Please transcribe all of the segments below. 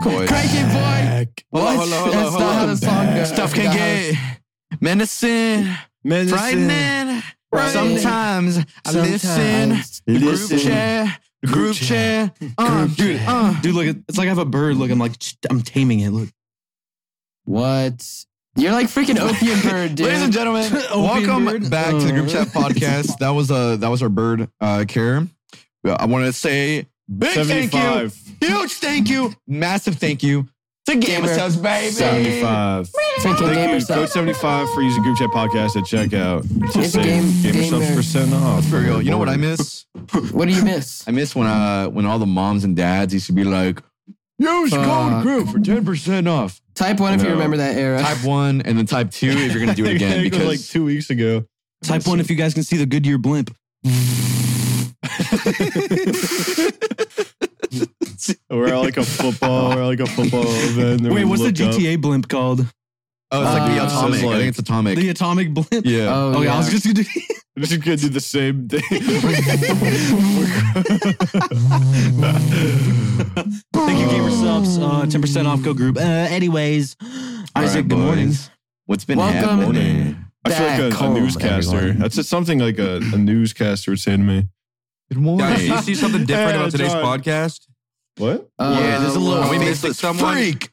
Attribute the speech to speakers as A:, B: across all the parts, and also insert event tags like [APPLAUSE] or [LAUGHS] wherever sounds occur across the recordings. A: Boys.
B: Crank it, boy.
A: Hold on, hold
B: Boys,
A: on, hold on,
B: That's
A: hold
B: not how
A: on.
B: the song goes.
A: Stuff can
B: Guys.
A: get menacing,
C: Medicine.
A: frightening.
B: Frightening.
A: Sometimes I listen.
B: Sometimes.
A: The
C: Listen.
A: Group chat. The group chat. Uh,
C: Dude,
A: uh.
C: dude, look, it's like I have a bird. Look, I'm like, I'm taming it. Look.
B: What? You're like freaking opium bird, dude.
A: Ladies and [LAUGHS] gentlemen,
C: Opium
A: welcome
C: bird.
A: back to the group [LAUGHS] chat podcast. That was uh that was our bird uh care. I want to say big thank
C: 75.
A: you, huge thank you, massive thank you to Game of
B: Gamer.
A: Subs, baby.
C: 75.
B: freaking
C: Thank
B: gamer
C: you, Code
B: stuff.
C: 75 for using Group Chat Podcast at checkout. To
B: It's
C: save
B: game-
C: game
B: gamer.
C: subs percent off.
A: For real, you know what I miss?
B: What do you miss?
A: I miss when uh when all the moms and dads used to be like, use
B: Fuck.
A: code group for ten percent off.
B: Type one if you
C: No.
B: remember that era.
A: Type one and then type two if you're gonna do it [LAUGHS] again
C: It was
A: because
C: like two weeks ago. Type one if you guys can see the Goodyear blimp. we're at like a football. We're at like a football event. and we
D: Wait, what's the
C: look up.
D: GTA blimp called?
A: oh it's like the
B: Uh,
A: atomic.
C: it's
A: I
C: like-
A: think it's atomic.
D: The atomic blimp.
A: yeah.
B: Oh,
D: Okay,
B: yeah.
D: I was just gonna do. [LAUGHS]
C: We're just gonna do the same thing.
D: Thank you, gamer subs. Uh, Ten percent off. Go group. Uh, anyways, Isaac.
A: right,
D: good morning.
A: boys. What's been
B: Welcome.
A: happening?
C: I feel
B: Back
C: like a, a
B: home,
C: newscaster.
B: everyone.
C: That's just something like a, a newscaster would say to me.
A: Good morning. [LAUGHS]
E: Guys, do you see something different
C: Hey,
E: about today's
C: John.
E: podcast?
C: What?
B: Uh,
E: Yeah, there's a little-
B: well,
E: Are we
B: no.
E: missing someone?
A: Freak.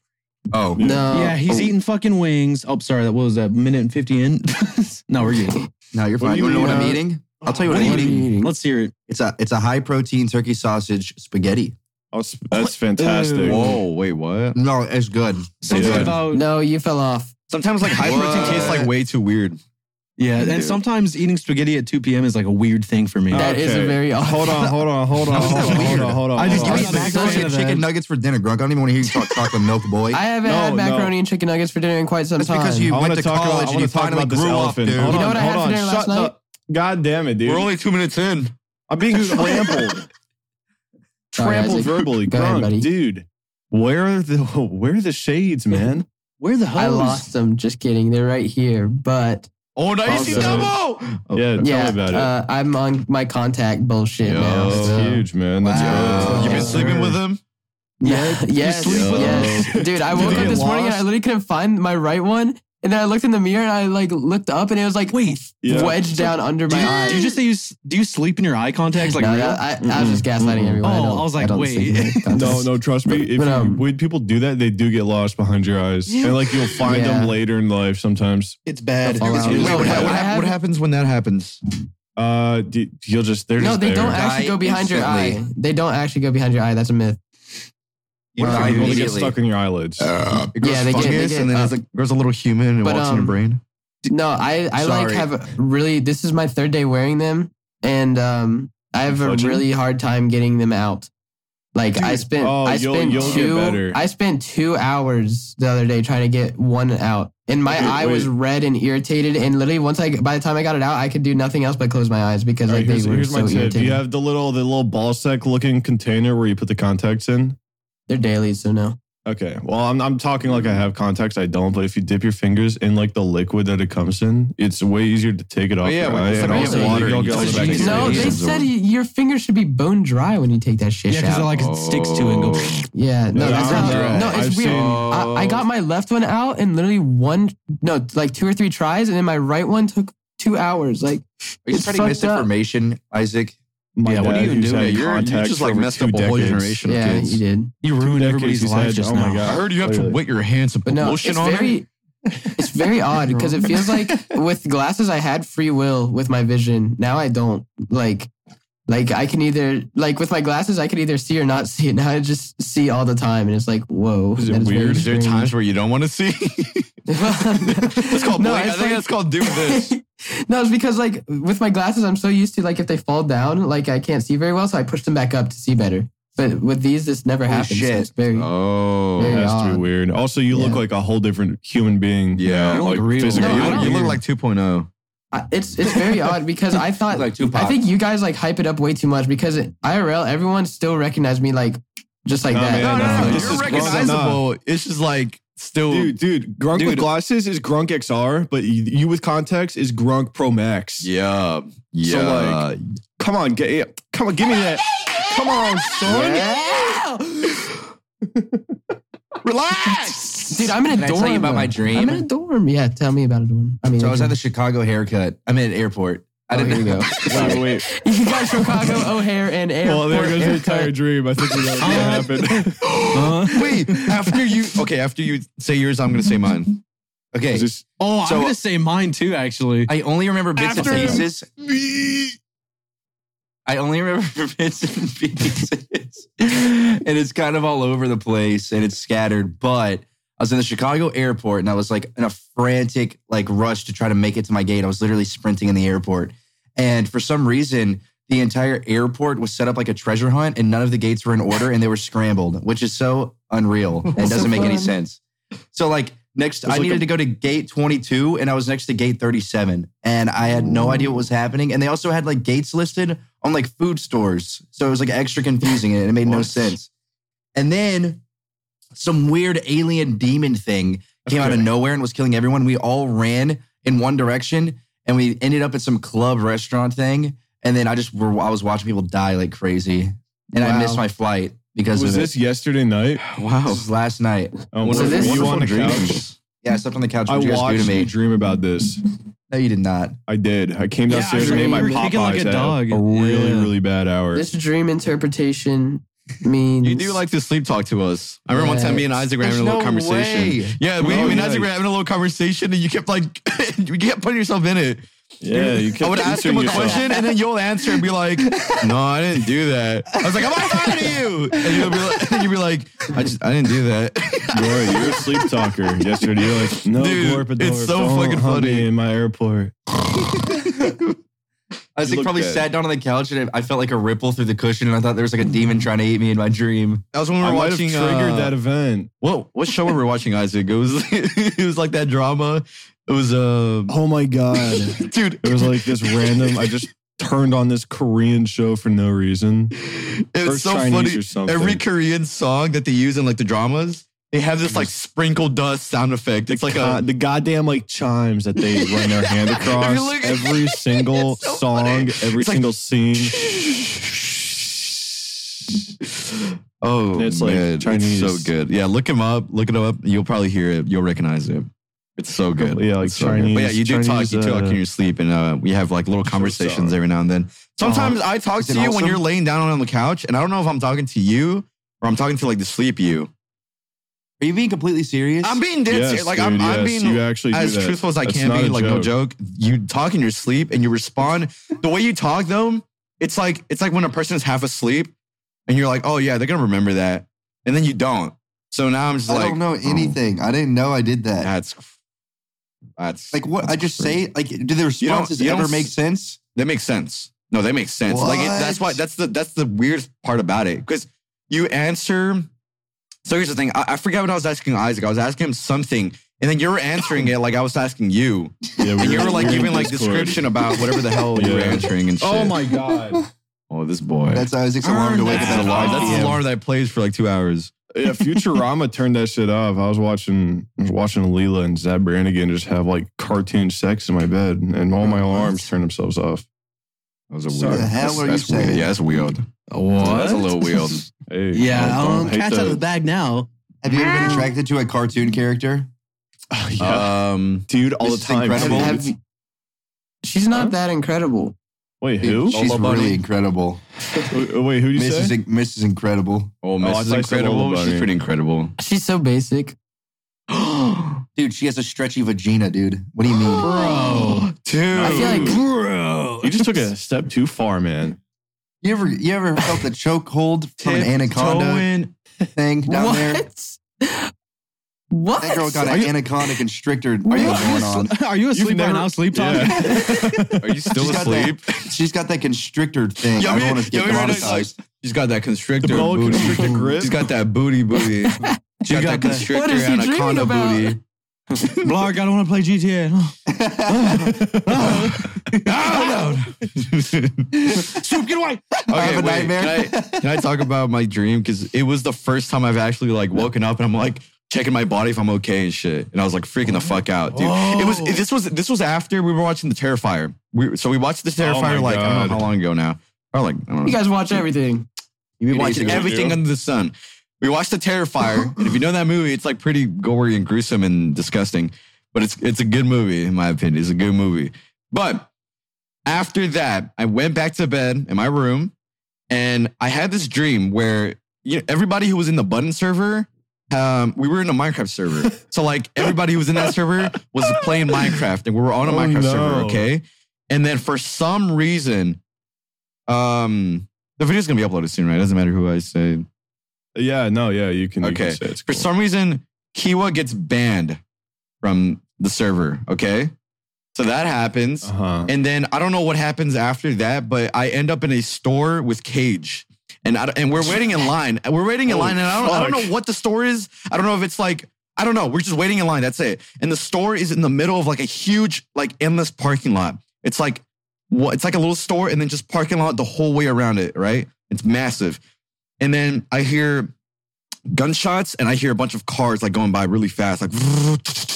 E: Oh,
B: Uh,
D: Yeah, he's eating fucking wings. Oh, sorry. That what was that minute and fifty in. [LAUGHS] no, we're good.
E: no, you're
C: What
E: fine.
C: do
E: You
C: you
E: want to know what I'm
B: mean, uh,
E: eating? I'll tell you what,
D: What are
E: I'm
D: you
E: eating.
B: eating?
D: Let's hear it.
E: It's a it's a high protein turkey sausage spaghetti.
C: Oh, s- that's fantastic.
A: Whoa, wait, what?
E: No, it's good.
D: Something
C: Yeah.
D: about
B: No, you fell off.
A: Sometimes like high protein
E: What?
A: tastes like way too weird.
D: yeah, and
A: Dude.
D: sometimes eating spaghetti at two p.m. is like a weird thing for me.
C: Uh,
B: That is a
C: Okay.
B: very off.
C: Hold on, hold on, hold on,
E: How is
C: hold
E: that
C: on, hold
E: weird?
C: on, hold on.
D: I just
C: hold
E: You
C: on.
E: eat
D: I'm
E: macaroni
D: sick
E: and
D: of
E: chicken
D: that.
E: nuggets for dinner, Grunk. I don't even want to hear you talk chocolate milk, boy.
B: I haven't
C: No,
B: had
C: no.
B: macaroni and chicken nuggets for dinner in quite some
E: That's
B: time.
E: because you
C: I
E: went
C: wanna
E: to
C: talk about- I
E: college and
C: wanna
E: you
C: talk
E: finally
C: about this
E: grew up,
C: elephant.
E: dude.
C: Hold
B: You know
C: on,
B: what I
C: hold
B: had for
C: on.
B: dinner
C: Shut
B: last
C: the- God damn it, dude.
A: We're only two minutes in.
C: I'm
E: [LAUGHS]
C: being trampled.
B: Sorry,
C: trampled
B: Isaac.
C: verbally.
B: Go ahead,
C: Grunk,
B: buddy.
C: dude. Where are the [LAUGHS] where are the shades, man?
D: Where the hell?
B: I lost them. Just kidding. They're right here. But
A: Oh, now you see
C: Also-
A: double.
E: Oh,
C: yeah, tell
B: yeah,
C: me about it.
B: uh, I'm on my contact bullshit
A: Yo.
B: now.
C: That's
B: so-
C: huge, man. That's
E: Wow.
C: wow.
A: You've been
B: Yes,
A: sleeping
D: sir.
A: with him.
B: Yeah. Yes.
D: sleep
C: with
B: yes. Dude, I
C: Did
B: woke
C: you
B: up
C: get
B: this morning and I
C: lost?
B: literally couldn't find my right one. And then I looked in the mirror and I like looked up and it was like
D: Wait.
C: Yeah.
B: wedged down under
D: Do
B: my
D: you,
B: eye.
D: do you just say you s- do you sleep in your eye contacts like
B: No,
D: real?
B: no, I, I was just gaslighting
C: Mm-mm.
B: everyone.
D: Oh,
B: don't-
D: I was like,
B: don't
D: wait.
B: sleep
D: [LAUGHS]
B: in that
C: [LAUGHS] Mm-hmm. [LAUGHS] No, no, trust me. If
B: But,
C: you-
B: um,
C: when people do that, they do get lost behind your eyes,
D: Yeah.
C: and like you'll find
B: Yeah.
C: them later in life sometimes.
D: it's bad.
B: Wow.
A: Wait,
B: No,
A: what,
B: I
A: hap- what, hap-
B: haven't-
A: what happens when that happens?
C: Uh, d- you'll just they're
B: No,
C: just
B: they
C: there.
B: don't actually
E: Die
B: go behind your eye.
E: instantly.
B: They don't actually go behind your eye. That's a myth.
E: You
C: Wow,
E: die
C: you only get
E: immediately.
C: stuck in your eyelids.
E: Uh,
A: It grows
B: Yeah, they get-
A: fungus
B: they get,
A: and then it's
B: uh,
A: like grows a little human and
B: but,
A: walks in
B: um,
A: your brain.
B: No, I, I like
E: Sorry.
B: have really. This is my third day wearing them, and um, I have a
C: Fudging?
B: really hard time getting them out. Like I spent,
C: oh,
B: I
C: you'll-
B: spent
C: you'll get
B: two,
C: better.
B: I spent two hours the other day trying to get one out, and my
C: Okay,
B: eye was
C: wait.
B: red and irritated. And literally, once I, by the time I got it out, I could do nothing else but close my eyes because
C: All right,
B: like
C: here's,
B: they were
C: here's my
B: so
C: tip.
B: irritated.
C: You have the little the little ball sack looking container where you put the contacts in.
B: They're dailies, so no.
C: Okay. Well, I'm I'm talking like I have contacts. I don't. But if you dip your fingers in like the liquid that it comes in, it's way easier to take it off.
A: Oh, yeah,
C: your
A: when
C: eye,
A: it's
C: and
A: like
C: also
A: water
C: you'll
A: and
C: get
A: you
C: all the
D: touch it,
C: bacteria.
B: No, they
A: dailies.
B: said y- your fingers should be bone dry when you take that shit
D: yeah, because
B: out.
D: it like it sticks to it and goes.
B: Yeah, no,
C: Yeah,
B: that's
C: I'm
B: not.
C: dry.
B: No, it's
C: I've seen-
B: weird. I, I got my left one out in literally one, no, like two or three tries, and then my right one took two hours. Like,
E: Are you
B: It's
E: spreading
B: fucked up.
E: misinformation, Isaac?
C: My
D: Yeah, what
C: dad
D: are you
C: who's
D: doing?
C: had
A: You're- you
C: contacts
A: just, like,
C: for
A: messed up
C: two
A: a whole
C: decades.
A: generation.
B: yeah,
A: kids.
B: you did,
D: [LAUGHS] You
C: Two
D: ruined
C: decades,
D: everybody's
C: he
D: life
C: said.
D: just
C: Oh my
D: now.
C: God.
A: I heard you have to
C: Clearly.
A: wet your hands and put
B: but no,
A: lotion
B: it's
A: on it.
B: very, [LAUGHS] it's very odd because it feels like with glasses I had free will with my vision. Now I don't. Like, like I can either like with my glasses I could either see or not [LAUGHS] see. Now I just see all the time, and it's like, whoa,
C: Is it
B: that very
C: weird?
A: Is there
B: strange.
A: times where you don't want to see? [LAUGHS] it's called
B: [LAUGHS] No,
A: blink. I
B: it's
A: think
B: like-
A: that's called do
B: [LAUGHS]
A: this.
B: no, it's because like with my glasses, I'm so used to like if they fall down, like I can't see very well, so I push them back up to see better. But with these, this never
E: Holy
B: happens. so
E: shit.
B: it's very
A: Oh,
B: Yeah.
C: It has to
B: God.
C: be weird. Also, you look
B: Yeah.
C: like a whole different human being.
A: Yeah.
C: You know,
D: You look
C: like
D: real.
C: physically.
B: No,
C: You
B: I
C: look
B: don't-
A: you
C: weird.
A: look like oh. 2.0.
B: I- it's it's very odd because I thought
E: Like Tupac.
B: I think you guys like hype it up way too much because it, IRL everyone still recognized me like just like
C: Nah,
B: that.
C: man,
A: No,
C: Yeah,
A: no,
C: no,
A: no.
C: this
A: You're
C: is-
A: recognizable. It's just like still.
C: Dude, dude, Grunk with
D: Dude.
C: glasses is Grunk XR, but you, you with contacts is Grunk Pro Max.
A: Yeah. Yeah.
C: So, like, Come on, get yeah,
B: [LAUGHS]
C: come on, give me that. Come on, son.
B: Yeah.
A: Relax.
B: Dude, I'm in a
E: Can I
B: dorm.
E: tell you about my
B: though.
E: dream?
B: I'm in a dorm. Yeah, tell me about a dorm. I mean,
E: So I was at
B: okay.
E: the Chicago haircut. I'm at an airport. I
B: Oh,
E: didn't
B: here we
E: know.
B: go.
C: Wait, wait.
B: [LAUGHS] you got Chicago O'Hare and airport.
C: Well, there goes your
B: haircut.
C: entire dream. I think we know what's gonna
A: [LAUGHS]
C: happen.
A: Wait, after you. Okay, after you say yours, I'm gonna say mine.
E: Okay.
C: Is this-
D: Oh,
E: So-
D: I'm gonna say mine too. Actually,
E: [LAUGHS] I only remember bits
A: After-
E: and pieces. I only remember [LAUGHS] bits and pieces. and it's kind of all over the place and it's scattered. But I was in the Chicago airport and I was like in a frantic like rush to try to make it to my gate. I was literally sprinting in the airport. And for some reason, the entire airport was set up like a treasure hunt and none of the gates were in order and they were scrambled, which is so
B: [LAUGHS]
E: unreal and
B: That's so
E: doesn't make any
B: fun.
E: sense. So like next, I
C: like
E: needed
C: a-
E: to go to gate 22, and I was next to gate 37, and I had no idea what was happening. And they also had like gates listed on like food stores, so it was like extra confusing, and it made no
C: What?
E: sense. And then some weird alien demon thing came out of nowhere and was killing everyone. We all ran in one direction, and we ended up at some club restaurant thing. And then I just were, I was watching people die like crazy, and I
B: Wow.
E: missed my flight because
C: was
E: of
C: this
E: it.
C: yesterday night?
E: Wow, this was last night.
C: Oh,
B: Was
C: were
B: it this-
C: you on the
A: Wonderful
C: couch?
A: dreams.
E: Yeah, I slept on the couch.
C: I
E: What'd you guys do
C: watched
E: to
C: you
E: me?
C: dream about this.
E: No, you did not.
C: I did. I came
D: Yeah,
C: downstairs
B: I
C: and ate my
B: remember
C: Popeyes
D: kicking like a
C: at
D: dog.
C: a really,
D: Yeah.
C: really bad hour.
B: This dream interpretation means.
A: You do like to sleep talk to us. I remember one time me and Isaac were having a little conversation. Yeah, we,
C: Oh,
A: me and
C: yeah.
A: Isaac were having a little conversation, and you kept like, [LAUGHS] you kept putting yourself in it.
C: yeah, you
A: I
C: kept
A: would ask him
C: answering
A: a
C: yourself.
A: question, and then you'll answer and be [LAUGHS] like, "No, I didn't do that." I was like, "I'm not talking to you," and you'll be like, [LAUGHS] and you'll be like "I just, I didn't do that."
C: Bro, you're a sleep talker. Yesterday, you're like, no,
A: Dude,
C: Glorpador,
A: it's so
C: don't
A: fucking
C: hunt me
A: funny.
C: in my airport.
E: I
C: You
E: like
C: look
E: probably
C: dead.
E: sat down on the couch and I I felt like a ripple through the cushion and I thought there was like a demon trying to eat me in my dream.
A: [LAUGHS] That was when we were
C: I might have
A: watching.
C: triggered
A: uh,
C: that event.
A: What what show were we watching, Isaac? It was [LAUGHS] it was like that drama. It was uh,
C: Oh my god, [LAUGHS]
A: dude.
C: it was like this random. I just turned on this Korean show for no reason. Or
A: It's so
C: Chinese
A: funny.
C: or something.
A: Every Korean song that they use in like the dramas, they have this like sprinkle dust sound effect. It's like
C: God-
A: a
C: Uh, the goddamn like chimes that they run their
A: [LAUGHS]
C: hand
A: If you
C: across
A: look at- [LAUGHS]
C: every single
A: so
C: song,
A: funny.
C: every
A: It's like-
C: single scene.
A: [LAUGHS] [LAUGHS] oh,
C: It's like
A: man,
C: Chinese.
A: It's so good. Yeah, look him up. Look it up. You'll probably hear it. You'll recognize it. It's so good.
C: Yeah, like
A: It's so good. But yeah,
C: Chinese-
A: you do
C: Chinese,
A: talk. You talk
C: uh,
A: in your sleep, and uh, we have like little conversations every now and then. Sometimes I talk
E: Is
A: to
E: it
A: you when
E: awesome?
A: you're laying down on the couch, and I don't know if I'm talking to you or I'm talking to like the sleep you.
E: Are you being completely serious?
A: I'm being dead
C: Yes,
A: serious. Like
C: dude,
A: I'm, I'm
C: yes,
A: being
C: you actually do
A: as
C: that.
A: truthful as I
C: That's
A: can
C: not
A: be.
C: a
A: Like no joke. You talk in your sleep and you respond. the way you talk though, it's like it's like when a person is half asleep and you're like, oh yeah, they're gonna remember that, and then you don't. So now I'm just like,
E: know
A: anything.
E: I didn't know I did that.
A: that's that's
E: what I just
A: say-
E: like do the
A: responses ever make
E: sense?
A: that makes sense. No, that makes sense. Like it, that's why
E: What?
A: that's the that's the weirdest part about it because you answer. So here's the thing. I, I forgot what I was asking Isaac. I was asking him something, and then you were
E: [COUGHS]
A: answering it like I was asking you.
C: yeah, we
A: And you were like
C: in
A: giving like
C: Discord.
A: description about whatever the hell you were
C: Yeah.
A: answering and shit.
C: Oh my god!
A: Oh, this boy. That's
E: Isaac's
D: alarm to wake up
A: an
D: at
A: alarm.
D: Oh.
A: That's the alarm that plays for like two hours.
C: [LAUGHS] yeah, Futurama turned that shit off. I was watching, I was watching Leela and Zab Brannigan just have like cartoon sex in my bed, and all my alarms turned themselves off.
A: That was a
D: Sorry.
A: weird.
D: The
E: hell
A: that's,
E: were you
A: that's weird.
E: saying?
A: Yeah, that's weird.
D: what?
A: That's a little weird.
C: Hey,
D: Yeah,
C: I
D: um,
C: hate
D: cat's
C: that.
D: out of the bag now.
E: Have you ever been attracted to a cartoon character?
C: Oh, yeah.
A: Um,
C: dude, all
E: this
C: the
E: is
C: time.
B: Have-
E: incredible.
B: have- she's not that incredible.
C: Wait, who?
E: She's
A: Lola Bunny?
E: really incredible.
C: Wait, wait, who do you
E: Mrs.
C: say?
E: In- Mrs. Incredible.
A: oh,
C: I
A: Mrs.
C: thought you said
A: incredible.
C: Lola
A: She's
C: Bunny.
A: pretty incredible.
B: She's so basic.
E: Dude, she has a stretchy vagina, dude. What do you mean?
D: Bro.
A: dude.
B: I feel like-
D: Mm.
C: bro, you just took a step too far, man.
E: You ever you ever felt the chokehold from an anaconda
A: Tiptoeing.
E: thing
B: [LAUGHS]
E: down
B: what?
E: there?
B: What?
E: That girl got
C: Are
E: an
C: you-
E: anaconda constrictor thing going on.
D: [LAUGHS] Are you asleep
C: never-
D: right now? Sleep talk. [LAUGHS]
C: Yeah.
A: Are you still
E: She's got that-
A: asleep?
E: She's got that constrictor thing.
A: Yeah,
E: I don't
A: man.
E: want to get
A: Yeah, man, right now,
E: traumatized.
A: She's got that constrictor
C: The boa
A: booty.
C: constrictor
A: [LAUGHS]
C: grip?
A: She's got that booty booty. She's got, that
E: the-
A: constrictor
B: What is he dreaming
A: anaconda
B: about?
A: booty.
D: Blarg, I don't want to play GTA.
A: [LAUGHS] Oh, [LAUGHS] no.
D: [LAUGHS] Soup, get away.
A: [LAUGHS] Okay,
E: I have a
A: wait,
E: nightmare.
A: Can I, can [LAUGHS] I talk about my dream? Because it was the first time I've actually like woken up and I'm like checking my body if I'm okay and shit. And I was like freaking the fuck out, dude. It was
D: Whoa.
A: this was this was after we were watching The Terrifier. We so we watched The
C: Oh my
A: Terrifier like I don't
C: God.
A: know how long ago now. Probably like I don't
B: [LAUGHS] You
A: know.
B: guys watch everything.
A: You
C: You
A: watched
C: guys do.
A: everything under the sun. We watched The [LAUGHS] Terrifier, and if you know that movie, it's like pretty gory and gruesome and disgusting. But it's it's a good movie, in my opinion. It's a good movie. But after that, I went back to bed in my room, and I had this dream where you know, everybody who was in the button server, um, we were in a Minecraft
C: [LAUGHS]
A: server. so like everybody who was in that server was playing Minecraft, and we were on a
C: Oh,
A: Minecraft server.
C: no.
A: Okay, and then for some reason, um, the video's gonna be uploaded soon, right? doesn't matter who I say.
C: Yeah, no, yeah, you can. You
A: Okay.
C: can say it's
A: For
C: cool.
A: some reason, Kiwa gets banned from the server. Okay. So that happens.
C: uh-huh.
A: And then I don't know what happens after that, but I end up in a store with Cage. And, I, and we're waiting in line. We're waiting in
C: Oh,
A: line, and I don't, I don't
C: fuck.
A: know what the store is. I don't know if it's like, I don't know. We're just waiting in line. That's it. And the store is in the middle of like a huge, like endless parking lot. It's like, what? It's like a little store and then just parking lot the whole way around it, right? It's massive. And then I hear gunshots and I hear a bunch of cars like going by really fast, like, [LAUGHS]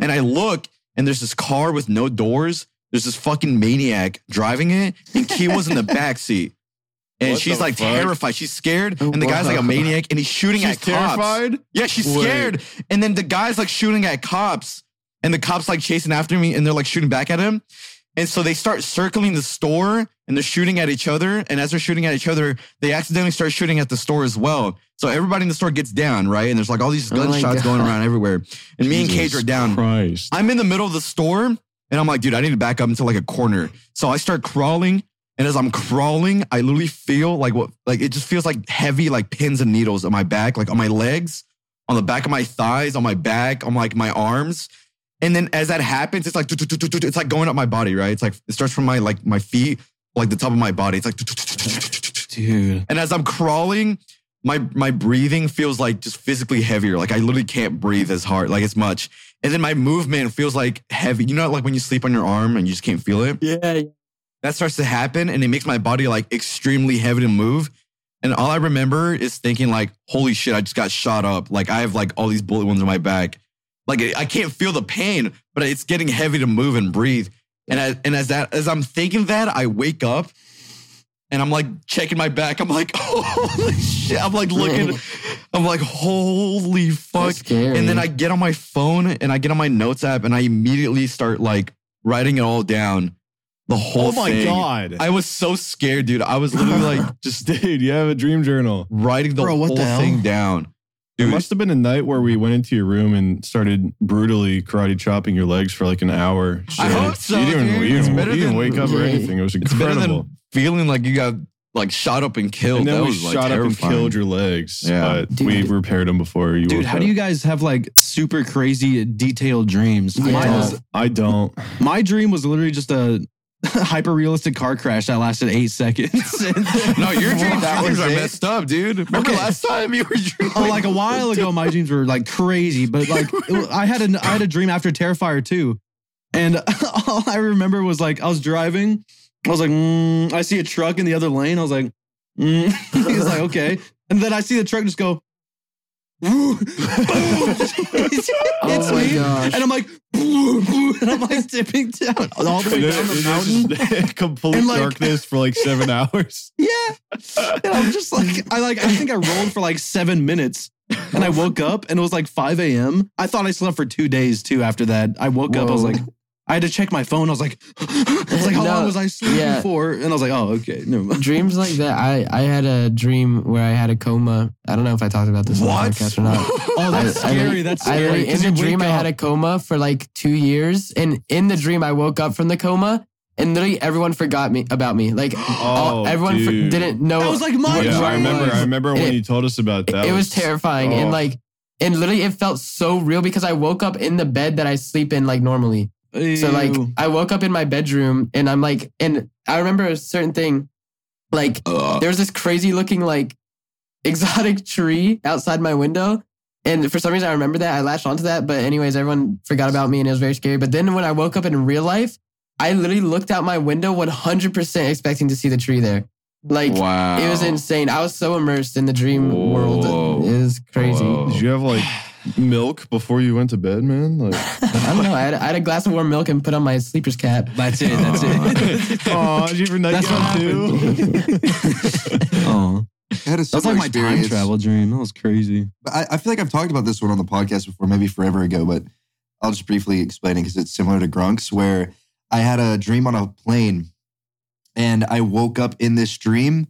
A: and I look and there's this car with no doors. There's this fucking maniac driving it, and Kiwa's in
C: [LAUGHS]
A: the back seat. And
C: What
A: she's
C: the
A: like
C: fuck?
A: terrified. She's scared, and the guy's like a
C: [LAUGHS]
B: Wow.
A: maniac, and he's shooting
C: She's
A: at cops.
C: terrified.
A: Yeah, she's
C: Wait.
A: scared. And then the guy's like shooting at cops, and the cops like chasing after me, and they're like shooting back at him. And so they start circling the store and they're shooting at each other. And as they're shooting at each other, they accidentally start shooting at the store as well. So everybody in the store gets down, right? And there's like all these
B: Oh my
A: gunshots going
B: God.
A: around everywhere. And me and Cage
C: Jesus
A: are down.
C: Christ.
A: I'm in the middle of the store and I'm like, dude, I need to back up into like a corner. So I start crawling. And as I'm crawling, I literally feel like what, like it just feels like heavy, like pins and needles on my back, like on my legs, on the back of my thighs, on my back, on like my arms. And then as that happens, it's like, tut, tut, tut, tut, tut, it's like going up my body, right? It's like, it starts from my, like my feet, like the top of my body. It's like, tut, tut, tut, tut, tut, tut, tut.
D: Dude.
A: And as I'm crawling, my my breathing feels like just physically heavier. Like I literally can't breathe as hard, like as much. And then my movement feels like heavy. You know, like when you sleep on your arm and you just can't feel it.
B: Yeah.
A: That starts to happen, and it makes my body like extremely heavy to move. And all I remember is thinking like, "Holy shit! I just got shot up. Like I have like all these bullet wounds in my back. Like I can't feel the pain, but it's getting heavy to move and breathe." And as, and as that as I'm thinking that, I wake up and I'm like checking my back. I'm like, [LAUGHS] holy shit. I'm like looking, I'm like, holy fuck.
B: That's scary.
A: And then I get on my phone and I get on my notes app and I immediately start like writing it all down. The whole
C: Oh my
A: thing.
C: god,
A: I was so scared, dude. I was literally
C: [LAUGHS]
A: like just
C: dude, you have a dream journal.
A: writing the
D: Bro, what
A: whole
D: the hell?
A: thing down.
C: It
A: Dude.
C: must have been a night where we went into your room and started brutally karate chopping your legs for like an hour.
A: I
C: Shit.
A: hope so,
C: You didn't,
A: dude.
C: you
A: It's
C: didn't,
A: better
C: you didn't
A: than-
C: wake up or
B: Yeah.
C: anything. It was
A: It's better
C: incredible.
A: than feeling like you got like shot up and killed.
C: and then
A: that
C: we
A: was
C: shot
A: like
C: up and
A: terrifying.
C: killed your legs.
A: Yeah.
C: But we
B: Dude.
C: repaired them before you
D: Dude,
C: woke
D: how
C: up.
D: do you guys have like super crazy detailed dreams?
B: Yeah.
D: Mine was
C: I don't.
D: my dream was literally just a [LAUGHS] hyper realistic car crash that lasted eight seconds. [LAUGHS]
A: No, your dreams, your
E: That
A: dreams
E: was
A: are
E: it?
A: messed up, dude. Remember
D: Okay.
A: last time you were dreaming?
D: [LAUGHS] Oh, like a while ago, my dreams were like crazy,
B: [LAUGHS]
D: but like it was- I had an I had a dream after Terrifier too, and [LAUGHS] all I remember was like I was driving, I was like, mm, I see a truck in the other lane, I was like, mm. [LAUGHS] he's like okay, and then I see the truck just go, [LAUGHS] "Woo, boom!" [LAUGHS] it's,
B: Oh my
D: me,
B: gosh.
D: and I'm like, [LAUGHS] "Boo, boo," [LAUGHS] and I'm like dipping down all the way
C: And then
D: down the
C: it
D: mountain.
C: was just [LAUGHS] complete
D: And, like-
C: darkness for like
D: [LAUGHS]
C: seven hours.
D: Yeah. And I'm just like, I like, I think I rolled for like seven minutes and I woke up and it was like 5 a.m. I thought I slept for two days too after that. I woke up, I was
B: Whoa.
D: like, I had to check my phone. I was like, [GASPS] I was like, how
B: No,
D: long was I sleeping
B: yeah.
D: for? And I was like, oh, okay. Never mind.
B: Dreams like that. I, I had a dream where I had a coma. I don't know if I talked about this on
A: What?
B: the podcast or not.
D: [LAUGHS] [LAUGHS] Oh, that's
B: I- I-
D: scary. that's
B: I,
D: scary. 'cause
B: in the
D: you wake
B: dream, I had a
D: up.
B: coma for like two years, and in the dream, I woke up from the coma, and literally everyone forgot me about me. Like
C: Oh,
B: all, everyone for,
C: dude.
B: didn't know.
D: That was like my
B: what
C: yeah, I
B: dream
C: remember. I
B: was.
C: remember when
B: It-
C: you told us about that.
B: it was terrifying, and
C: oh.
B: like, and literally, it felt so real because I woke up in the bed that I sleep in like normally. So like
D: Ew.
B: I woke up in my bedroom and I'm like, and I remember a certain thing. Like there was this crazy looking like [LAUGHS] exotic tree outside my window. And for some reason I remember that. I latched onto that. But anyways, everyone forgot about me and it was very scary. But then when I woke up in real life, I literally looked out my window 100% expecting to see the tree there. Like
A: wow.
B: it
A: [LAUGHS]
B: was insane. I was so immersed in the dream
A: Whoa.
B: world. It is crazy.
A: Whoa.
C: Did you have like milk before you went to bed, man?
D: [LAUGHS]
C: Like,
B: I don't know. I had, I had a glass of warm milk and put on my
A: [LAUGHS]
B: sleeper's cap.
D: that's it. That's it.
C: [LAUGHS] oh, did you ever night
D: [LAUGHS] That's what
C: gown too?
D: happened. [LAUGHS] oh.
F: I had a
D: That's
F: similar
D: like my time
F: experience.
D: travel dream. That was crazy.
F: But I, I feel like I've talked about this one on the podcast before, maybe forever ago, but I'll just briefly explain it because it's similar to Grunk's, where I had a dream on a plane and I woke up in this dream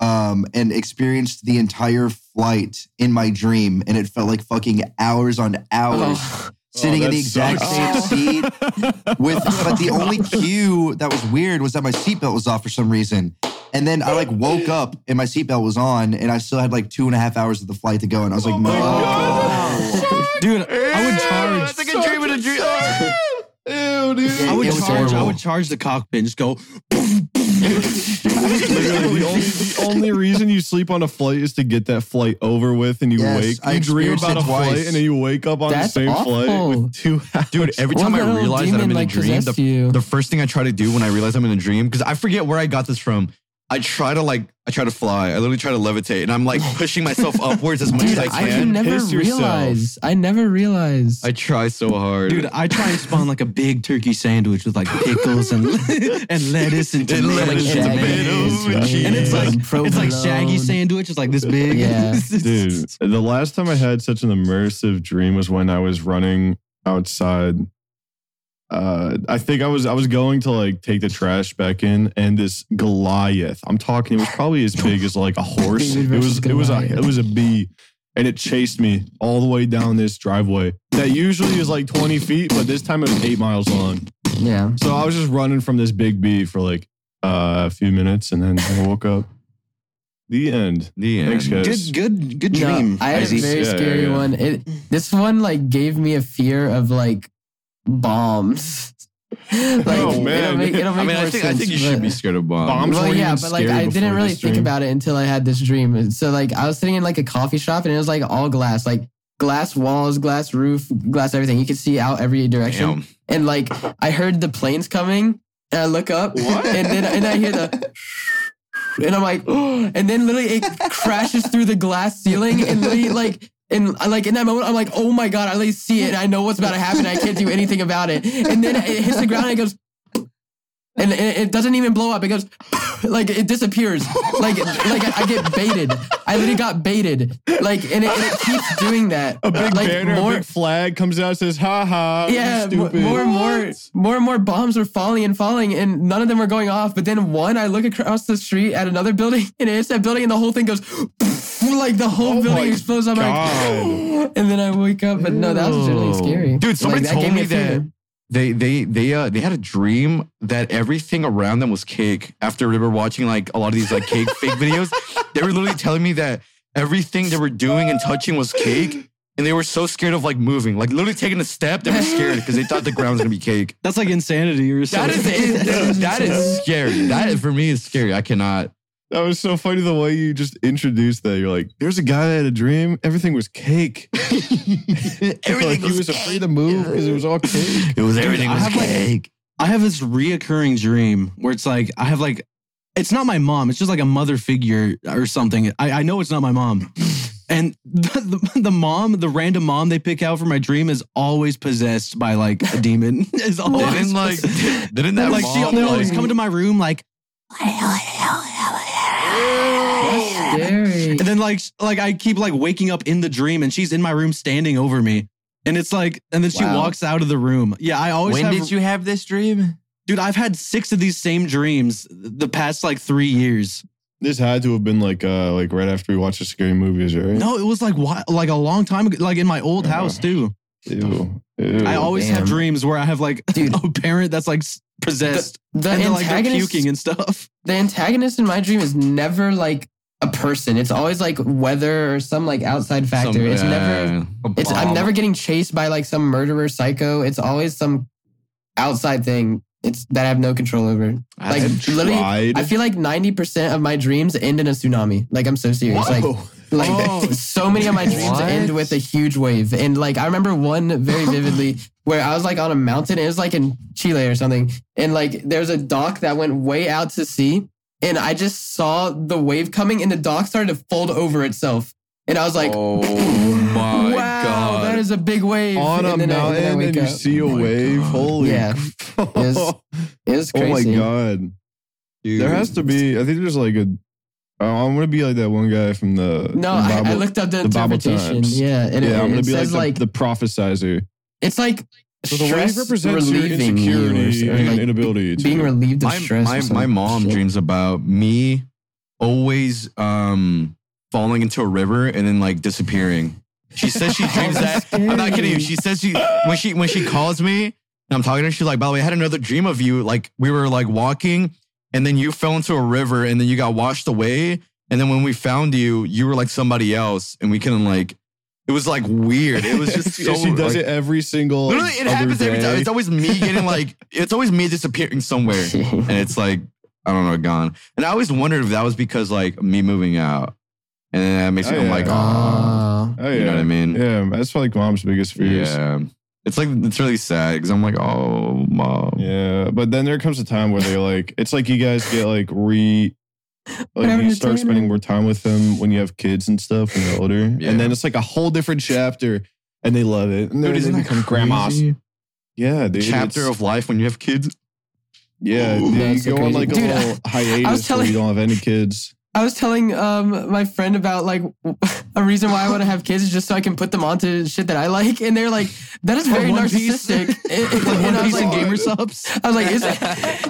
F: um, and experienced the entire flight in my dream. And it felt like fucking hours on hours
B: Oh,
F: sitting
C: Oh,
F: in the
C: that
F: exact
B: sucks.
F: same
C: [LAUGHS]
F: seat with but the only cue that was weird was that my seatbelt was off for some reason. And then I like woke up and my seatbelt was on and I still had like two and a half hours of the flight to go. And I
C: Oh
F: was like, no.
D: Dude, I would charge.
A: That's like a dream in a dream. [LAUGHS] Ew, dude.
D: I would
B: It was
D: charge. I
B: terrible.
D: would charge the cockpit and just go.
C: [LAUGHS] Literally, the, only, the only reason you sleep on a flight is to get that flight over with, and you
F: Yes,
C: wake.
F: I
C: you dream
F: experienced
C: about
F: it
C: a flight,
F: twice.
C: and then you wake up on
B: That's
C: the same flight
B: awful.
C: with two [LAUGHS] hours.
A: Dude, every time
B: What
A: I
B: little
A: realize that
B: demon,
A: I'm in
B: like,
A: a dream,
B: possessed
A: the,
B: you?
A: the first thing I try to do when I realize I'm in a dream, because I forget where I got this from. I try to like, I try to fly. I literally try to levitate, and I'm
B: [LAUGHS]
A: like pushing myself upwards as much
B: Dude,
A: as I
B: I
A: can.
B: can never
C: piss yourself.
B: realize. I never realize.
A: I try so hard,
D: Dude, I try and spawn like a big turkey sandwich with like pickles and [LAUGHS] and lettuce and
A: And
D: tomatoes.
A: lettuce
D: and,
A: and tomatoes
D: tomatoes. and it's like it's like shaggy sandwich. [LAUGHS] It's like this big.
B: Yeah.
C: Dude, the last time I had such an immersive dream was when I was running outside. Uh, I think I was I was going to like take the trash back in, and this Goliath. I'm talking. It was probably as big as like a horse.
B: David
C: It was
B: versus
C: it was a
B: Goliath.
C: it was a bee, and it chased me all the way down this driveway that usually is like 20 feet, but this time it was eight miles long.
B: Yeah.
C: So I was just running from this big bee for like uh, a few minutes, and then I woke up. The end.
A: the end.
C: Thanks, guys.
D: Good, good, good
B: No,
D: dream.
B: I had a
C: Crazy.
B: very
C: Yeah, yeah,
B: scary
C: yeah.
B: one. It this one like gave me a fear of like bombs. [LAUGHS] like
C: Oh, man.
B: it'll make, it'll
A: I
B: make
A: mean,
B: more
A: I think I
B: sense,
A: think you should
B: but-
A: be scared of bombs.
C: Bombs
B: well,
C: weren't
B: yeah,
C: even
B: but like
C: scary
B: I
C: before
B: didn't really
C: this
B: think
C: dream.
B: about it until I had this dream. So like I was sitting in like a coffee shop and it was like all glass, like glass walls, glass roof, glass everything. You could see out every direction.
A: Damn.
B: And like I heard the planes coming and I look up and then and I hear the and I'm like [GASPS] and then literally it crashes through the glass ceiling and literally like and I like in that moment I'm like oh my god I literally see it and I know what's about to happen I can't do anything about it and then it hits the ground and it goes and it, it doesn't even blow up it goes [LAUGHS] like it disappears like like I get baited I literally got baited like and it, and it keeps doing that
C: A big
B: like
C: banner, a big flag comes out and says, ha ha.
B: yeah, m-
C: stupid.
B: more and more, more and more bombs were falling and falling, and none of them were going off. But then one, I look across the street at another building, [LAUGHS] and it hits that building, and the whole thing goes [LAUGHS] like the whole
C: Oh
B: building
C: my
B: explodes. I'm
C: God.
B: like, [GASPS] and then I wake up, but no, that was really
A: Ew.
B: scary,
A: Dude, somebody
B: Like, that
A: told
B: gave
A: me
B: a fear.
A: that- they they they uh they had a dream that everything around them was cake. After I remember watching like a lot of these like
B: [LAUGHS]
A: cake fake videos, they were literally telling me that everything they were doing and touching was cake, and they were so scared of like moving, like literally taking a step, they were scared because they thought the ground was gonna be cake.
D: That's like insanity or
A: That
D: something.
A: is it. [LAUGHS] That is scary. That is- for me is scary. I cannot.
C: That was so funny the way you just introduced that. You're like, there's a guy that had a dream. Everything was
B: [LAUGHS]
C: cake. [LAUGHS] like, he was afraid to move because it was all cake.
A: It was everything
D: I
A: was
D: have, like-
A: cake.
D: I have this reoccurring dream where it's like I have like it's not my mom. It's just like a mother figure or something. I, I know it's not my mom. And [LAUGHS] the, the, the mom, the random mom they pick out for my dream is always possessed by like a demon. [LAUGHS] is always
A: Didn't like didn't that
D: like she
A: mom,
D: will always come to my room like
B: [LAUGHS] Scary.
D: And then like sh- like I keep like waking up in the dream and she's in my room standing over me. And it's like and then she
E: Wow.
D: walks out of the room. Yeah, I always
E: When
D: have,
E: did you have this dream?
D: Dude, I've had 6 of these same dreams the past like 3 years.
C: This had to have been like uh, like right after we watched the scary movies, right?
D: No, it was like whi- like a long time ago like in my old
C: Yeah.
D: house too.
C: Ew. Ew.
D: I always have
B: damn.
D: dreams where I have like [LAUGHS]
B: Dude.
D: a parent that's like s- possessed
B: The
D: and they're like they're
B: antagonist,
D: puking and stuff.
B: the antagonist in my dream is never like a person. It's always like weather or some like outside factor.
A: Some- uh,
B: it's never
A: yeah.
B: It's I'm
E: Bomb.
B: never getting chased by like some murderer psycho. It's always some outside thing. It's that I have no control over. Like literally,
C: tried.
B: I feel like ninety percent of my dreams end in a tsunami. Like I'm so serious. Like like
C: Oh.
B: [LAUGHS] so many of my dreams
E: What?
B: end with a huge wave. And like I remember one
C: [LAUGHS]
B: very vividly where I was like on a mountain. It was like in Chile or something. And like there's a dock that went way out to sea. And I just saw the wave coming, and the dock started to fold over itself. And I was like, [LAUGHS]
A: oh my
B: wow,
A: god.
B: that is a big wave.
C: on a
B: And then I- and then I
C: mountain
B: wake
C: and you
B: up.
C: see a
A: Oh my
C: wave.
A: God.
C: Holy
B: Yeah.
C: crap.
B: It's- [LAUGHS] It was
C: [LAUGHS] Oh my
B: crazy.
C: God. There has to be, I think there's like a Oh, I'm gonna be like that one guy from the
B: No,
C: from
B: I, I
C: Bible-
B: looked up the
C: the Bible
B: interpretation.
C: Times.
B: yeah, and it,
C: yeah, I'm gonna
B: it
C: be like
B: says
C: the,
B: like,
C: the prophesizer.
B: it's like
C: So the wave
B: stress
C: represents your
B: relieving you or
C: insecurity
B: something,
C: and
B: like,
C: inability to
B: being relieved of
A: my,
B: stress. or
A: my,
B: something.
A: my mom
B: Shit.
A: dreams about me always um falling into a river and then like disappearing. She says she dreams that. I'm not kidding you. She says she when she when she calls me and I'm talking to her, she's like, by the way, I had another dream of you. Like we were like walking and then you fell into a river and then you got washed away. And then when we found you, you were like somebody else and we couldn't like it was like weird. It was [LAUGHS]
C: [LAUGHS]
A: just so
C: she does
A: like-
C: it every single.
A: Literally, it
C: other
A: happens every time.
C: day.
A: It's always me getting like, it's always me disappearing somewhere,
B: [LAUGHS]
A: and it's like I don't know, gone. And I always wondered if that was because like me moving out, and then that makes me
C: Oh,
A: I'm
C: yeah.
A: like, oh,
B: Ah.
C: Oh, yeah.
A: you know what I mean?
C: Yeah, that's like mom's biggest fears. Yeah.
A: Yeah. It's like it's really sad because I'm like, oh, mom.
C: but then there comes a time where they like it's like you guys get like re like
B: happened
C: you
B: to
C: start
B: Tanner?
C: spending more time with them when you have kids and stuff when you're older,
A: Yeah.
C: and then it's like a whole different chapter, and they love it. And then
A: Dude,
C: they
A: isn't that
C: become grandmas.
A: crazy?
C: Yeah, dude.
A: Chapter
C: it's-
A: of life when you have kids.
C: yeah, dude,
B: That's
C: you
B: so
C: go on
B: crazy.
C: like a
B: Dude, I-
C: little hiatus where
B: telling-
C: you don't have any kids.
B: I was telling um my friend about like a reason why I want to have kids is just so I can put them onto shit that I like, and they're like, "That is very
D: One Piece?
B: narcissistic." And- and-
D: Like
B: and
D: One
B: I was
D: Piece and
B: like,
D: gamer subs.
B: I was like, "It's,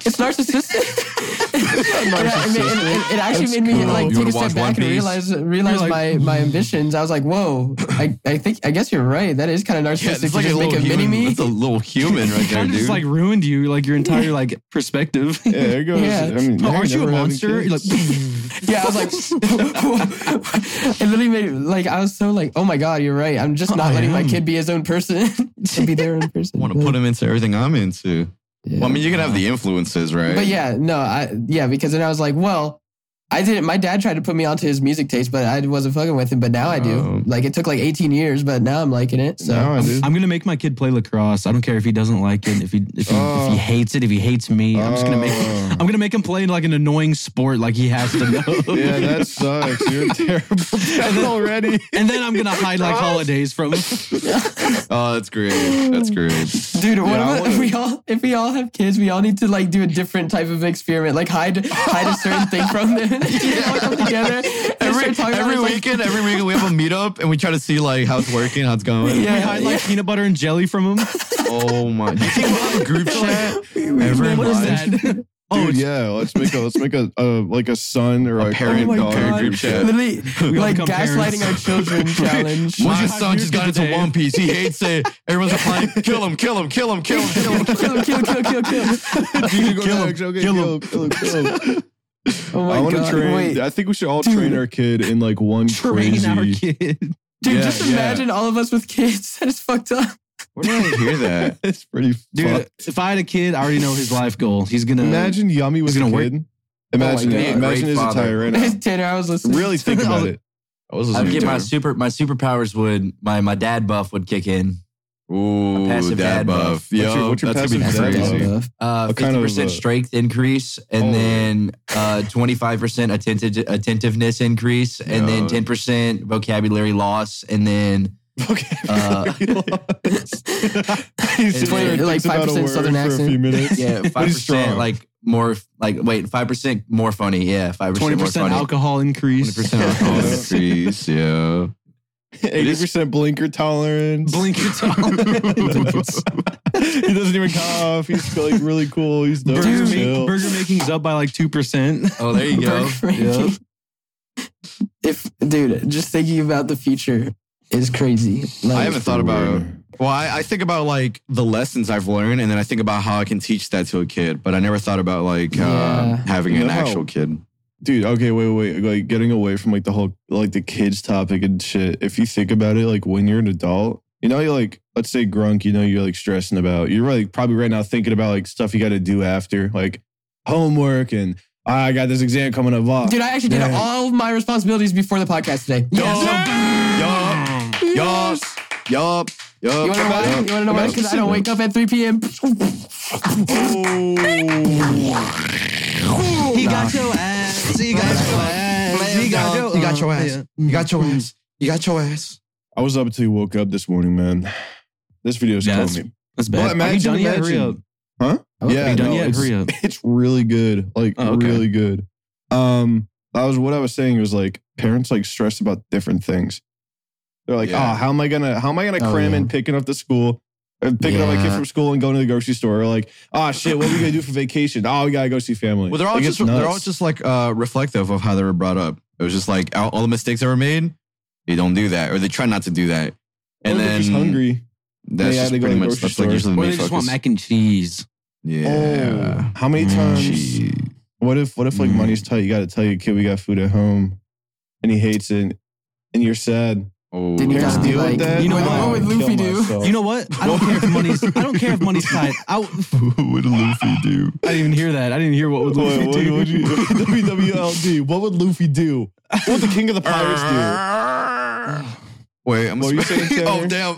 B: it's narcissistic." And I- and- and- and it actually made me
A: cool.
B: like
A: You
B: take
A: wanna
B: a step
A: watch One
B: back and
A: Piece?
B: realize realize
D: You're
B: my
D: like-
B: my ambitions. I was like, "Whoa, I, I think I guess you're right. That is kind of narcissistic to just make a mini
A: human.
B: me."
A: That's a little human right there,
D: Kind of
A: dude.
D: just like ruined you, like your entire like perspective.
C: [LAUGHS] Yeah, it goes.
B: Yeah.
C: I mean,
D: But
C: they're
D: [LAUGHS] aren't you a
C: never having
D: monster? You're like, [LAUGHS]
C: kids.
B: Yeah, I was like, [LAUGHS] it literally made like I was so like, oh my god, you're right. I'm just not
D: I
B: letting my
D: am.
B: kid be his own person to be their own person.
A: want to put him into everything I'm into.
B: Yeah.
A: Well, I mean, you can have the influences, right?
B: but yeah, no, I yeah because then I was like, well, I didn't. My dad tried to put me onto his music taste, but I wasn't fucking with him. But now I do.
A: Oh.
B: Like it took like 18 years, but now I'm liking it. So
C: No, I do.
D: I'm gonna make my kid play lacrosse. I don't care if he doesn't like it, if he if he, if he hates it, if he hates me. I'm just gonna make
C: Oh.
D: [LAUGHS] I'm gonna make him play like an annoying sport, like he
C: [LAUGHS]
D: has to know.
C: Yeah, that sucks. You're a terrible dad already.
D: [LAUGHS] and then I'm gonna hide like holidays from him.
A: Oh, that's great. That's great.
B: [LAUGHS] Dude, what
C: Yeah, I
B: about if we all if we all have kids, we all need to like do a different type of experiment, like hide hide a certain thing from them, [LAUGHS] all come together, and
A: every
B: start talking about
A: every
B: it, like, [LAUGHS]
A: weekend, every weekend we have a meetup and we try to see like how it's working, how it's going.
D: We
B: Yeah.
D: hide like peanut butter and jelly from
C: [LAUGHS]
D: him.
A: Oh my! Do you think we're on a [LAUGHS] group chat? Every
D: What is
A: month?
D: that? Oh,
C: Dude, yeah, let's make a let's make a, a like a son or a,
A: parent-
C: parent
A: Oh my
C: dog
A: God.
C: [LAUGHS] group chat.
B: Literally,
D: We all
B: like
D: become
B: gaslighting
D: parents.
B: our [LAUGHS] children challenge.
A: What's your
D: My
A: son just got
D: years
A: into
D: today.
A: One Piece? He hates it. Everyone's
C: [LAUGHS]
A: replying, "Kill him! Kill him! Kill him! Kill him! Kill
B: kill,
A: him!"
B: kill, kill, kill, kill, kill.
A: [LAUGHS]
C: Dude, go
A: Kill him,
C: next. Okay,
A: kill
C: kill him, kill him, kill him.
B: Oh my
C: I want to
B: god!
C: train.
B: Wait,
C: I think we should all train our kid in like one
D: train
C: crazy.
D: our kid.
B: dude,
C: yeah,
B: just
C: yeah.
B: imagine all of us with kids. [LAUGHS] That is fucked up.
A: [LAUGHS] Where did I hear [LAUGHS] that?
C: [LAUGHS] It's pretty.
D: Dude,
C: fucked.
D: if I had a kid, I already know his life goal. He's gonna
C: imagine Yummy was a
D: gonna work-
C: kid. Imagine,
B: God.
C: imagine
E: Great
C: his
E: father.
C: attire right now.
B: Tanner, I was listening.
C: Really think about it.
A: I was
E: I'd
A: listening
E: get
A: to
E: my
A: it.
E: super my superpowers would my my dad buff would kick in.
A: Ooh,
E: passive
A: dad
E: dad
A: buff.
E: buff.
A: Yo,
C: your- what's your
A: that's gonna be
C: passive dad
A: crazy.
C: buff?
E: Uh,
C: What kind
E: fifty
C: of,
E: percent
C: uh,
E: strength increase, and
C: Oh.
E: then uh twenty five percent attentive attentiveness increase, and
A: Yeah.
E: then ten percent vocabulary loss, and then
C: Okay.
E: Uh,
C: [LAUGHS] He's
E: it's
C: just
E: like-
C: thinks
B: like
C: about a
B: 5%
C: word
B: southern
C: for a few
B: accent. [LAUGHS]
C: minutes.
E: yeah,
C: But
E: five
C: he's strong.
E: percent like more like wait five percent more funny. Yeah, five
D: twenty
E: percent more
D: percent
E: funny.
D: alcohol
A: [LAUGHS]
D: increase.
E: 20% alcohol.
A: Oh, trees, yeah.
C: eighty percent blinker tolerance.
D: Blink
C: [LAUGHS]
D: your tolerance.
C: he doesn't even cough. He's like really cool. He's dope.
D: burger,
C: He's
D: make-
C: chill.
D: burger making's up by like
C: [LAUGHS]
D: two percent.
E: Oh, there you go.
B: Breaking. [LAUGHS] If dude, just thinking about the future is crazy. Like,
A: I haven't thought about. Well, I, I think about like the lessons I've learned, and then I think about how I can teach that to a kid. But I never thought about like uh,
B: Yeah.
A: having an
C: No.
A: actual kid.
C: Dude, okay, wait, wait. Like getting away from like the whole like the kids topic and shit. If you think about it, like when you're an adult, you know, you're like, let's say grunk, you know, you're like stressing about. You're like probably right now thinking about like stuff you got to do after, like homework and "Ah, I got this exam coming up. ah."
B: Dude, I actually did
C: Yeah.
B: all of my responsibilities before the podcast today.
A: Yup. Yup. Yup.
B: You
A: Yup.
B: wanna know why? You wanna know why? Because I don't wake up at 3 p.m.
D: He got your ass. He got
E: [LAUGHS]
D: your ass. He got your.
A: You got your
D: uh,
A: ass.
D: yeah.
A: You got your ass. You got your ass.
C: I was up until you woke up this morning, man. This video's
D: Yeah,
C: killing
D: that's-
C: me.
D: That's bad.
C: Well,
D: Are you done yet? Hurry
C: imagine-
D: up.
C: Huh?
B: Okay.
D: Are you done
C: no,
D: yet?
C: [LAUGHS] it's-
D: Hurry up.
C: it's really good like
D: Oh, okay.
C: really good um that was what I was saying. It was like parents like stressed about different things. They're like,
A: Yeah.
C: oh, how am I gonna how am I gonna
B: Oh,
C: cram
B: yeah.
C: in picking up the school, or picking up my kid
B: Yeah.
C: from school and going to the grocery store? Or like, oh shit, what are we gonna do for vacation? Oh, we gotta go see family.
A: Well, they're all
C: Like,
A: just
C: it's
A: they're
C: nuts.
A: all just like uh, reflective of how they were brought up. It was just like all, all the mistakes that were made, they don't do that, or they try not to do that.
C: Or
A: And
C: they're
A: then
C: just hungry.
A: that's
C: They had
A: just
C: to go to
A: pretty
C: the
A: much
C: grocery
A: that's like usually the
D: Or
A: main
D: they just want
A: focus.
D: mac and cheese.
A: yeah.
C: Oh, how many
E: Mm,
C: times?
A: Gee.
C: What if what if like
E: Mm.
C: money's tight? You gotta tell your kid we got food at home, and he hates it, and you're sad.
A: Oh.
B: Then you
C: Parents
B: gotta be
C: deal with
B: like,
C: that.
B: you know what?
C: Nah,
B: What would
C: I'd kill
B: Luffy do?
C: myself.
D: You know what? I don't care if money's. I don't care if money's tight.
A: [LAUGHS]
D: I,
A: what did Luffy do?
D: I didn't even hear that. I didn't hear what would Luffy
C: What- what-
D: do.
C: what would you- [LAUGHS] WWLD. What would Luffy do? What would the King of the Pirates do?
A: [SIGHS] Wait, I'm
C: What were you saying,
A: Oh [LAUGHS]
C: Taylor?
A: damn!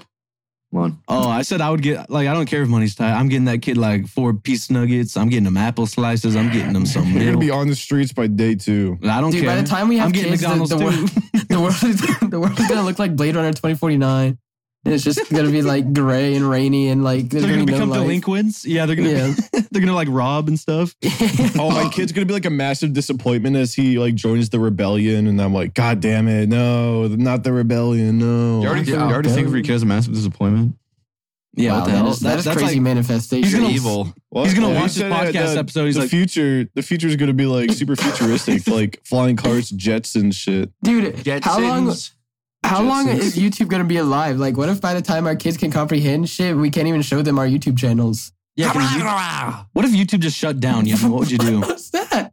A: Come on.
D: Oh, I said I would get like I don't care if money's tight. I'm getting that kid like four piece nuggets. I'm getting them apple slices. I'm getting
B: [LAUGHS]
D: them some
C: You're
D: middle.
C: gonna be on the streets by day two.
D: I don't
B: Dude,
D: care.
B: by the time we have
D: I'm getting
B: kids, the,
D: McDonald's
B: the, world, [LAUGHS]
D: too.
B: the world, is- the world is gonna look like Blade Runner 2049, and it's just gonna be like gray and rainy and like there's
D: they're gonna
B: gonna be
D: become
B: no life.
D: delinquents. Yeah, they're gonna
B: Yeah.
D: Be, [LAUGHS] they're gonna like rob and stuff.
B: [LAUGHS]
C: Oh, my kid's gonna be like a massive disappointment as he like joins the rebellion, and I'm like, God damn it, no, not the rebellion, no.
A: You already,
B: Yeah.
A: you already think of your kid as a massive disappointment?
D: Yeah,
B: Wow,
D: what the
B: that
D: hell?
B: is, that is
D: That's
B: crazy
D: like-
B: manifestation.
D: He's gonna-
A: Evil.
C: What?
D: He's gonna
C: Yeah,
D: watch
C: he
D: this
C: said that
D: podcast
C: the-
D: episode. He's
C: the
D: like-
C: future, the future is gonna be like super futuristic, like flying carts, jets, and shit.
B: Dude, how long?
E: Jetsons.
B: How long
C: Jetsons.
B: is YouTube gonna be alive? Like, what if by the time our kids can comprehend shit, we can't even show them our YouTube channels?
D: yeah. can you- what if YouTube just shut down? Yeah, what would
B: [LAUGHS]
D: you do?
B: What's that?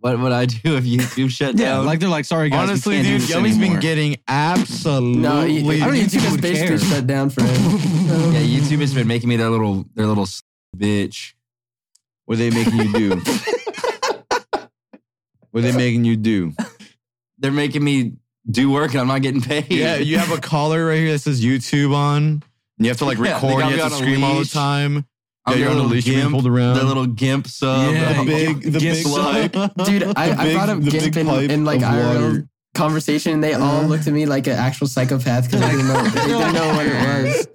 E: What would I do if YouTube shut
D: Yeah,
E: down?
D: like they're like, sorry guys,
A: Honestly,
D: we can't do
A: dude,
D: this
A: Yummy's been
D: anymore.
A: getting absolutely.
B: No, I don't
D: think
B: YouTube
D: people
B: is
D: would
B: basically
D: care.
B: shut down forever.
E: yeah, YouTube has been making me their little their little s- bitch.
A: what are they making you do?
C: [LAUGHS]
A: what are they making you do?
E: They're making me do work and I'm not getting paid.
A: Yeah, you have a collar right here that says YouTube on. And you have to like
E: Yeah, they
A: record.
E: got
A: you
E: me
A: have to
E: on a
A: scream all the
E: leash.
A: time.
E: I'm
A: yeah,
E: their
A: you're on a
E: little
A: leash. You're being
E: gimp.
A: pulled around.
E: Their little gimp sub.
C: The
D: Yeah.
C: big, the
D: Gimp
C: big
E: slug.
B: Dude, I,
C: The
B: I brought up
C: the
B: Gimp in,
C: pipe
B: in like
C: of
B: IRL
C: water.
B: conversation, and they all looked at me like an actual psychopath because they didn't know they didn't know what it was.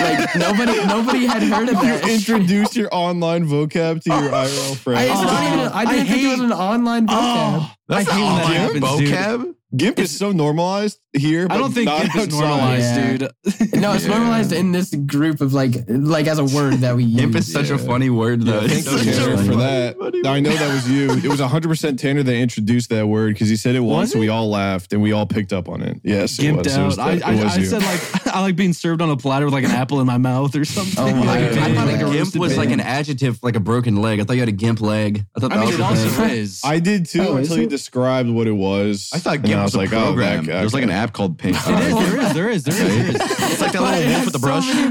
B: Like nobody, nobody had heard of that.
C: You introduce your online vocab to your IRL
B: I, it's
C: friends.
B: not
D: Oh,
B: even. I didn't
D: I
B: think it was
D: hate-
B: an online vocab.
D: Oh,
A: That's
D: I hate
A: not
D: when
A: online
D: that happens, dude.
A: vocab.
C: Gimp is so normalized here.
D: I
C: but
D: don't think
C: not
D: Gimp is
C: outside.
D: normalized,
B: Yeah.
D: [LAUGHS] dude.
B: No, it's
A: Yeah.
B: normalized in this group of like, like as a word that we use.
E: Gimp is such a
A: Yeah.
E: funny word though.
C: Yeah,
E: It's
C: [LAUGHS] thank
E: so
C: you, Tanner,
E: good.
C: for that. Now, I know that was you. It was 100% Tanner that introduced that word because he said it once.
D: Was
C: and We all laughed and we all picked up on it. Yes, it
D: Gimped
C: was. It was
D: out. I,
C: that-
D: I,
C: it was
D: I
C: you.
D: said like [LAUGHS] I like being served on a platter with like an apple in my mouth or something.
B: Oh my
D: like
B: God.
E: I
B: Yeah.
E: thought a
B: Yeah.
E: gimp was like an adjective, like a broken leg. I thought you had a gimp leg. I thought that
D: I mean,
E: was
D: it
E: a
D: also
E: thing.
D: is.
C: I did too
B: Oh, is
C: until you
B: it?
C: described what it was.
A: I thought
C: And
A: Gimp
C: I
A: was, a
C: oh, that-
A: program.
C: okay.
A: There's like an app called Paint.
D: It is. [LAUGHS] There is. There is. There is. There is.
A: It's like that little wolf with the brush.
B: So many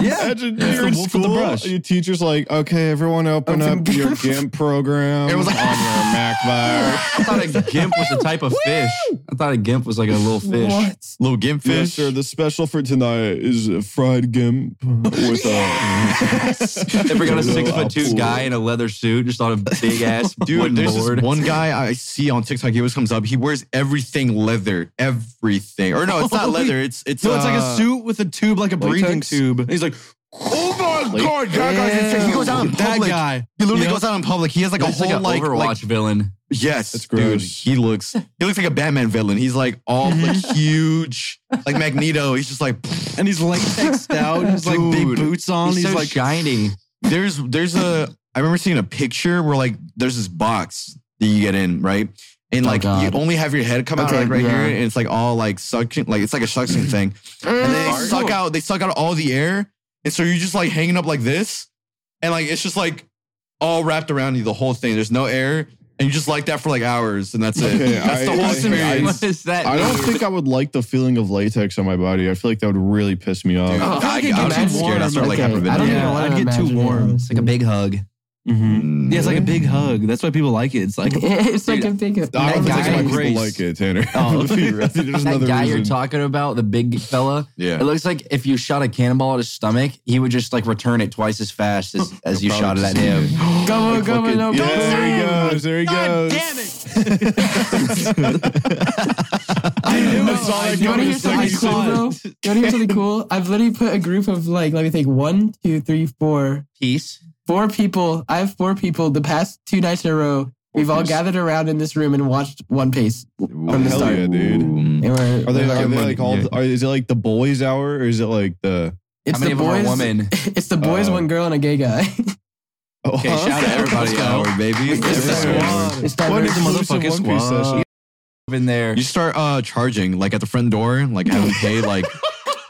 C: [LAUGHS] Imagine
A: Yeah. It's
C: you're in
A: the wolf with
C: school.
A: the brush.
C: Your teacher's like, "Okay, everyone, open,
B: Open
C: up
B: Gimp."
C: your GIMP program."
A: It was like-
C: on
A: [LAUGHS]
C: your MacBook.
E: [LAUGHS] I thought a gimp was a type of fish. I thought a gimp was like a little fish.
B: What?
A: Little gimp
C: Yes,
A: fish.
C: sir. The special for tonight is a fried gimp with a.
E: They bring out a six foot two
C: Apple.
E: guy in a leather suit, just on a
A: [LAUGHS]
E: big ass
A: Dude,
E: wooden
A: there's
E: board.
A: this one guy I see on TikTok. He always comes up. He wears everything leather, everything. Or no, it's not
E: [LAUGHS]
D: Holy-
A: leather. It's it's
D: No, it's like
A: uh,
D: a suit with a tube, like a breathing
C: latex?
D: tube. And he's like,
A: Oh my god, that guy's
B: Ew.
A: insane. He goes out in
D: that
A: public.
D: guy.
A: He literally
D: Yep.
A: goes out in public. He has like a
E: He's
A: whole
E: an
A: like,
E: Overwatch
A: like
E: villain.
A: yes,
C: That's
A: dude.
C: gross.
A: He looks he looks like a Batman villain. He's like all like huge, like Magneto. He's just like
D: And
C: [LAUGHS]
D: he's latexed out. He's like big
A: Dude.
D: boots on.
E: He's,
D: He's,
E: so
D: like,
E: shiny.
A: there's there's a I remember seeing a picture where like there's this box that you get in, right? And
B: Oh,
A: like you
B: God.
A: only have your head come out
B: Okay,
A: like right
B: yeah.
A: here, and it's like all like suction, like it's like a suction thing. And then they
E: Fart?
A: suck out, they suck out all the air, and so you're just like hanging up like this, and like it's just like all wrapped around you the whole thing. There's no air, and you just like that for like hours, and that's it.
C: Okay,
A: that's the
C: I-
A: whole
C: I-
A: experience.
E: What is that?
C: I don't
E: mean?
C: think I would like the feeling of latex on my body. I feel like that would really piss me off.
A: Dude,
B: Oh,
A: I,
D: I could
A: I
D: get
A: was
D: too
A: scared. I
D: warm.
A: started like
B: Okay, I don't
A: hyperventilating.
B: even
D: Yeah,
B: want
D: I'd
B: to
D: get too
B: imagine it,
D: warm.
B: honestly.
E: It's like a big hug.
C: Mm-hmm.
D: Mhm. yeah, it's like a big hug. That's why people like it. It's like,
B: [LAUGHS] it's like
E: Dude,
B: a big.
C: I don't
E: That
C: think
E: guy-
C: my people
D: Grace.
C: like it, Tanner.
E: Oh.
C: [LAUGHS] There's
E: [LAUGHS] That
C: another
E: guy
C: reason.
E: you're talking about, the big fella, it
A: Yeah.
E: looks like if you shot a cannonball at his stomach, he would just like return it twice as
C: [LAUGHS]
E: fast as, as you shot it at him.
B: Go on, go on, no,
C: yeah, there he
B: go on.
C: goes. There he goes.
B: I know.
C: I saw that
B: You want to
C: coming
B: hear
C: as
B: something
C: soon as you
B: cool,
D: said it.
B: though? You want to hear something cool? I've literally put a group of like, let me think, one, two, three, four,
E: Peace.
B: four people. I have four people the past two nights in a row We've all gathered around in this room and watched One Piece.
C: Oh,
B: the
C: hell
B: start.
C: yeah, dude.
A: Ooh.
B: And we're,
C: Are they,
B: we're
C: like,
B: like,
C: are they like all?
A: Yeah.
C: Are, is it like the boys' hour or is it like the?
B: it's
E: How many
B: the
E: of them
B: boys.
E: are women?
B: [LAUGHS] It's the boys,
C: Oh.
B: one girl, and a gay guy.
C: Oh,
E: Okay, shout out everybody, Howard, baby.
B: It's the
E: Everybody.
B: squad. It's
C: What
B: diverse.
C: is the motherfucking squad?
E: Up in there.
A: You start uh charging like at the front door, like have them pay [LAUGHS] like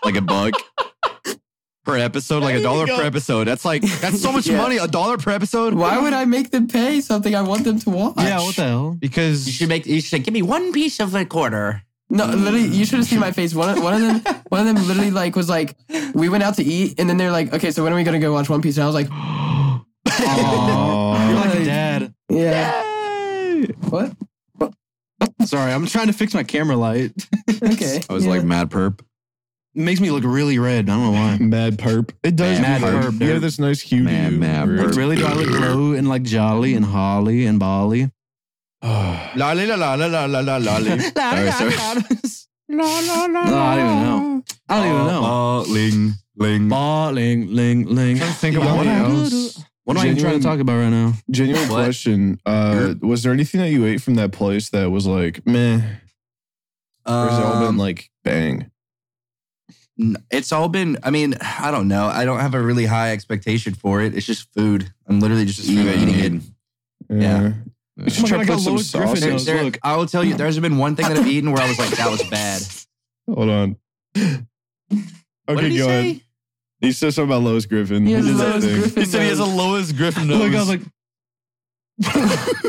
A: like a buck per episode, like a dollar per episode. That's like that's [LAUGHS] so much
B: Yeah.
A: money, a dollar per episode.
B: Why would I make them pay something I want them to watch?
D: Yeah, what the hell?
A: Because
E: You should make. You should give me one piece of the quarter.
B: No, literally, you should have seen my face. One of, one of them, one of them literally like was like, we went out to eat, and then they're like, okay, so when are we gonna go watch One Piece? And I was like,
D: You're
C: Oh,
D: like a dad.
B: yeah, what?
D: Sorry, I'm trying to fix my camera light.
B: Okay.
A: I was
B: yeah.
A: like mad perp.
D: It makes me look really red. I don't know
C: [LAUGHS]
D: why.
C: mad perp. It does.
D: Mad
C: Mad
D: perp,
C: perp. You
D: dude.
C: have this nice hue. to
A: Mad-
C: you,
A: mad
C: Rick. [SIGHS]
A: perp.
D: Really? Do I look low and like jolly and holly and bally?
C: Ah.
A: La la la la la la la la.
E: [LAUGHS]
A: Sorry, sorry.
D: No, I don't even know. I don't even know.
E: Oh, ling, ling.
D: Balling, ling, ling.
A: Think
C: about
A: about
C: what
A: it.
C: else?
D: What am I even trying to
C: Genuine-
D: talk about right now?
C: Genuine
E: What?
C: question. Uh, was there anything that you ate from that place that was like meh, or has it all been
E: Um,
C: like bang?
E: n- it's all been. I mean, I don't know. I don't have a really high expectation for it. It's just food. I'm literally just
A: Eat what you
E: eating it.
A: need.
E: Yeah.
C: You should
D: Oh my
C: try
D: God, I
C: to
D: got
C: put some
D: Lois Griffin
C: sauce.
E: There-
D: knows,
E: there-
D: look.
E: I will tell you, there's been one thing that I've eaten where I was like, that was bad.
C: Hold on. Okay,
E: what did he
C: go
E: say?
C: ahead. He said something about Lois Griffin.
B: He has
C: He did that
B: Lois
C: thing.
B: Griffin
A: He said he has a
B: nose.
A: lowest [LAUGHS] Griffin nose.
D: Look, I was like,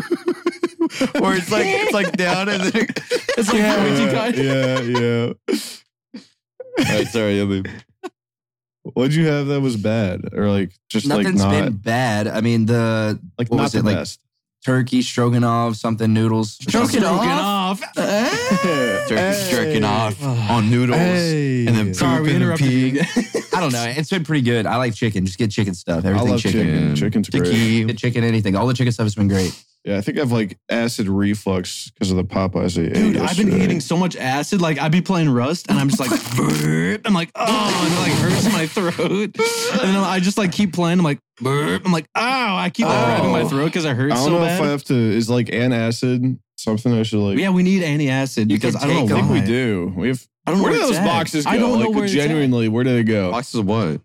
A: where it's like it's [LAUGHS] like down and then it's like
B: Yeah.
A: pointy
C: yeah,
A: kind.
C: yeah, yeah.
A: All right, sorry, I leave.
C: What'd you have that was bad, or like just [LAUGHS]
E: Nothing's
C: like not
E: been bad. I mean, the
C: like
E: what
C: not
E: was
C: the
E: it, like-
C: best?
E: turkey stroganoff, something noodles.
B: Jerking
D: [LAUGHS]
B: off.
A: Jerk, Jerking [SIGHS] off on noodles.
C: Hey.
A: and then
D: sorry,
A: poop
D: we
A: and then
D: interrupted
A: pee.
D: you. again.
E: I don't know. It's been pretty good. I like chicken. Just get chicken stuff.
C: I
E: Everything
C: love
E: chicken.
A: chicken.
C: chicken. Chicken's great.
A: Tiki.
E: Get chicken, anything. All the chicken stuff has been great.
C: Yeah, I think I have like acid reflux because of the Popeyes I ate.
D: Dude, I've been
C: yesterday.
D: eating so much acid. Like, I'd be playing Rust, and I'm just like,
C: [LAUGHS]
D: burp. I'm like, oh, and it like hurts my throat. And then I just like keep playing. I'm like, burp. I'm like, oh, I keep like, grabbing my
C: Oh.
D: throat because it
C: I
D: hurts
C: don't
D: so
C: know
D: bad.
C: if I have to. Is like an acid something I should like?
D: yeah, we need antacid
E: You
D: because
E: can
D: I don't
E: take
D: know
C: I think
E: them.
D: why.
C: we do. We have.
D: I don't know
C: Where do
D: it's
C: those
D: at.
C: boxes go?
D: I don't
C: like,
D: know where it's at.
C: genuinely, where do they go?
A: Boxes of what?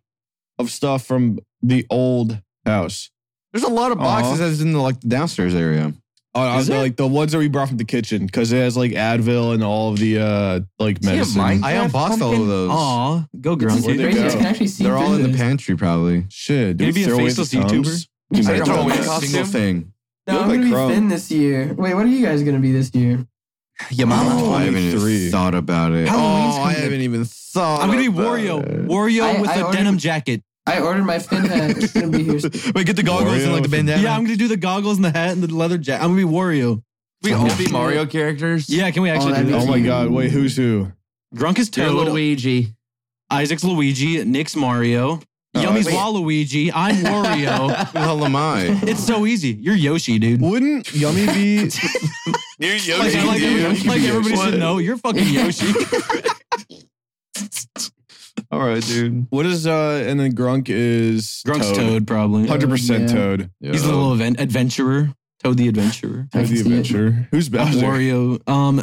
C: Of stuff from the old house.
A: There's a lot of boxes that's in the like the downstairs area.
C: Oh, I was
D: Is it?
C: like the ones that we brought from the kitchen because it has like Advil and all of the uh like
E: Do you have
C: medicine.
E: mine?
A: I unboxed all of those.
D: Aw, go girl.
C: Where'd they
B: Crazy, I
C: go?
B: can actually see.
A: They're all in the
B: pants.
A: pantry probably.
C: Shit,
D: Can
C: did
D: you
C: we
D: be a
C: throw away the
D: faceless YouTuber?
C: thumbs? You
A: I
C: made
A: didn't throw
C: all
A: away a
C: that.
A: single thing.
B: No,
C: Look
B: I'm
C: like
B: gonna be
C: Crow.
B: thin this year. Wait, what are you guys gonna be this year?
E: Your mama.
C: Oh,
A: I haven't
C: three.
A: even thought about it.
D: Halloween's
A: oh, I
D: coming up.
A: haven't even thought.
D: I'm gonna be
A: about
D: Wario.
A: it.
D: Wario
B: I-
D: with
B: I
D: a
B: ordered-
D: denim jacket.
B: I ordered my fin hat. It's gonna be here. soon.
A: Wait, get the goggles and like the
C: Wario.
A: bandana.
D: Yeah, I'm gonna do the goggles and the hat and the leather jacket. I'm gonna be Wario.
E: we all be Mario characters.
D: Yeah, can we actually
B: that'd
D: do
B: be
D: that?
C: Oh my god, wait, who's who?
D: Drunk is
E: You're
D: Toad.
E: Luigi.
D: Isaac's Luigi. Nick's Mario.
C: Oh,
D: Yummy's
C: wait.
D: Waluigi.
A: [LAUGHS]
D: I'm Wario.
A: Who the hell am
D: [LAUGHS]
A: I?
D: it's so easy. You're Yoshi, dude.
C: Wouldn't Yummy [LAUGHS]
D: [LAUGHS]
C: be?
A: You're
D: Like,
A: Yoshi,
D: I like,
A: dude.
D: everybody, like everybody should know, you're fucking Yoshi.
A: All right, dude.
C: What is uh? And then Grunk is
D: Grunk's Toad, probably.
C: Hundred percent
B: Yeah.
C: Toad.
D: He's a little event- adventurer. Toad the Adventurer.
B: I
C: Toad
B: can
C: the
B: see it.
C: adventure. Who's
D: I'm
C: Bowser?
D: Wario. Um,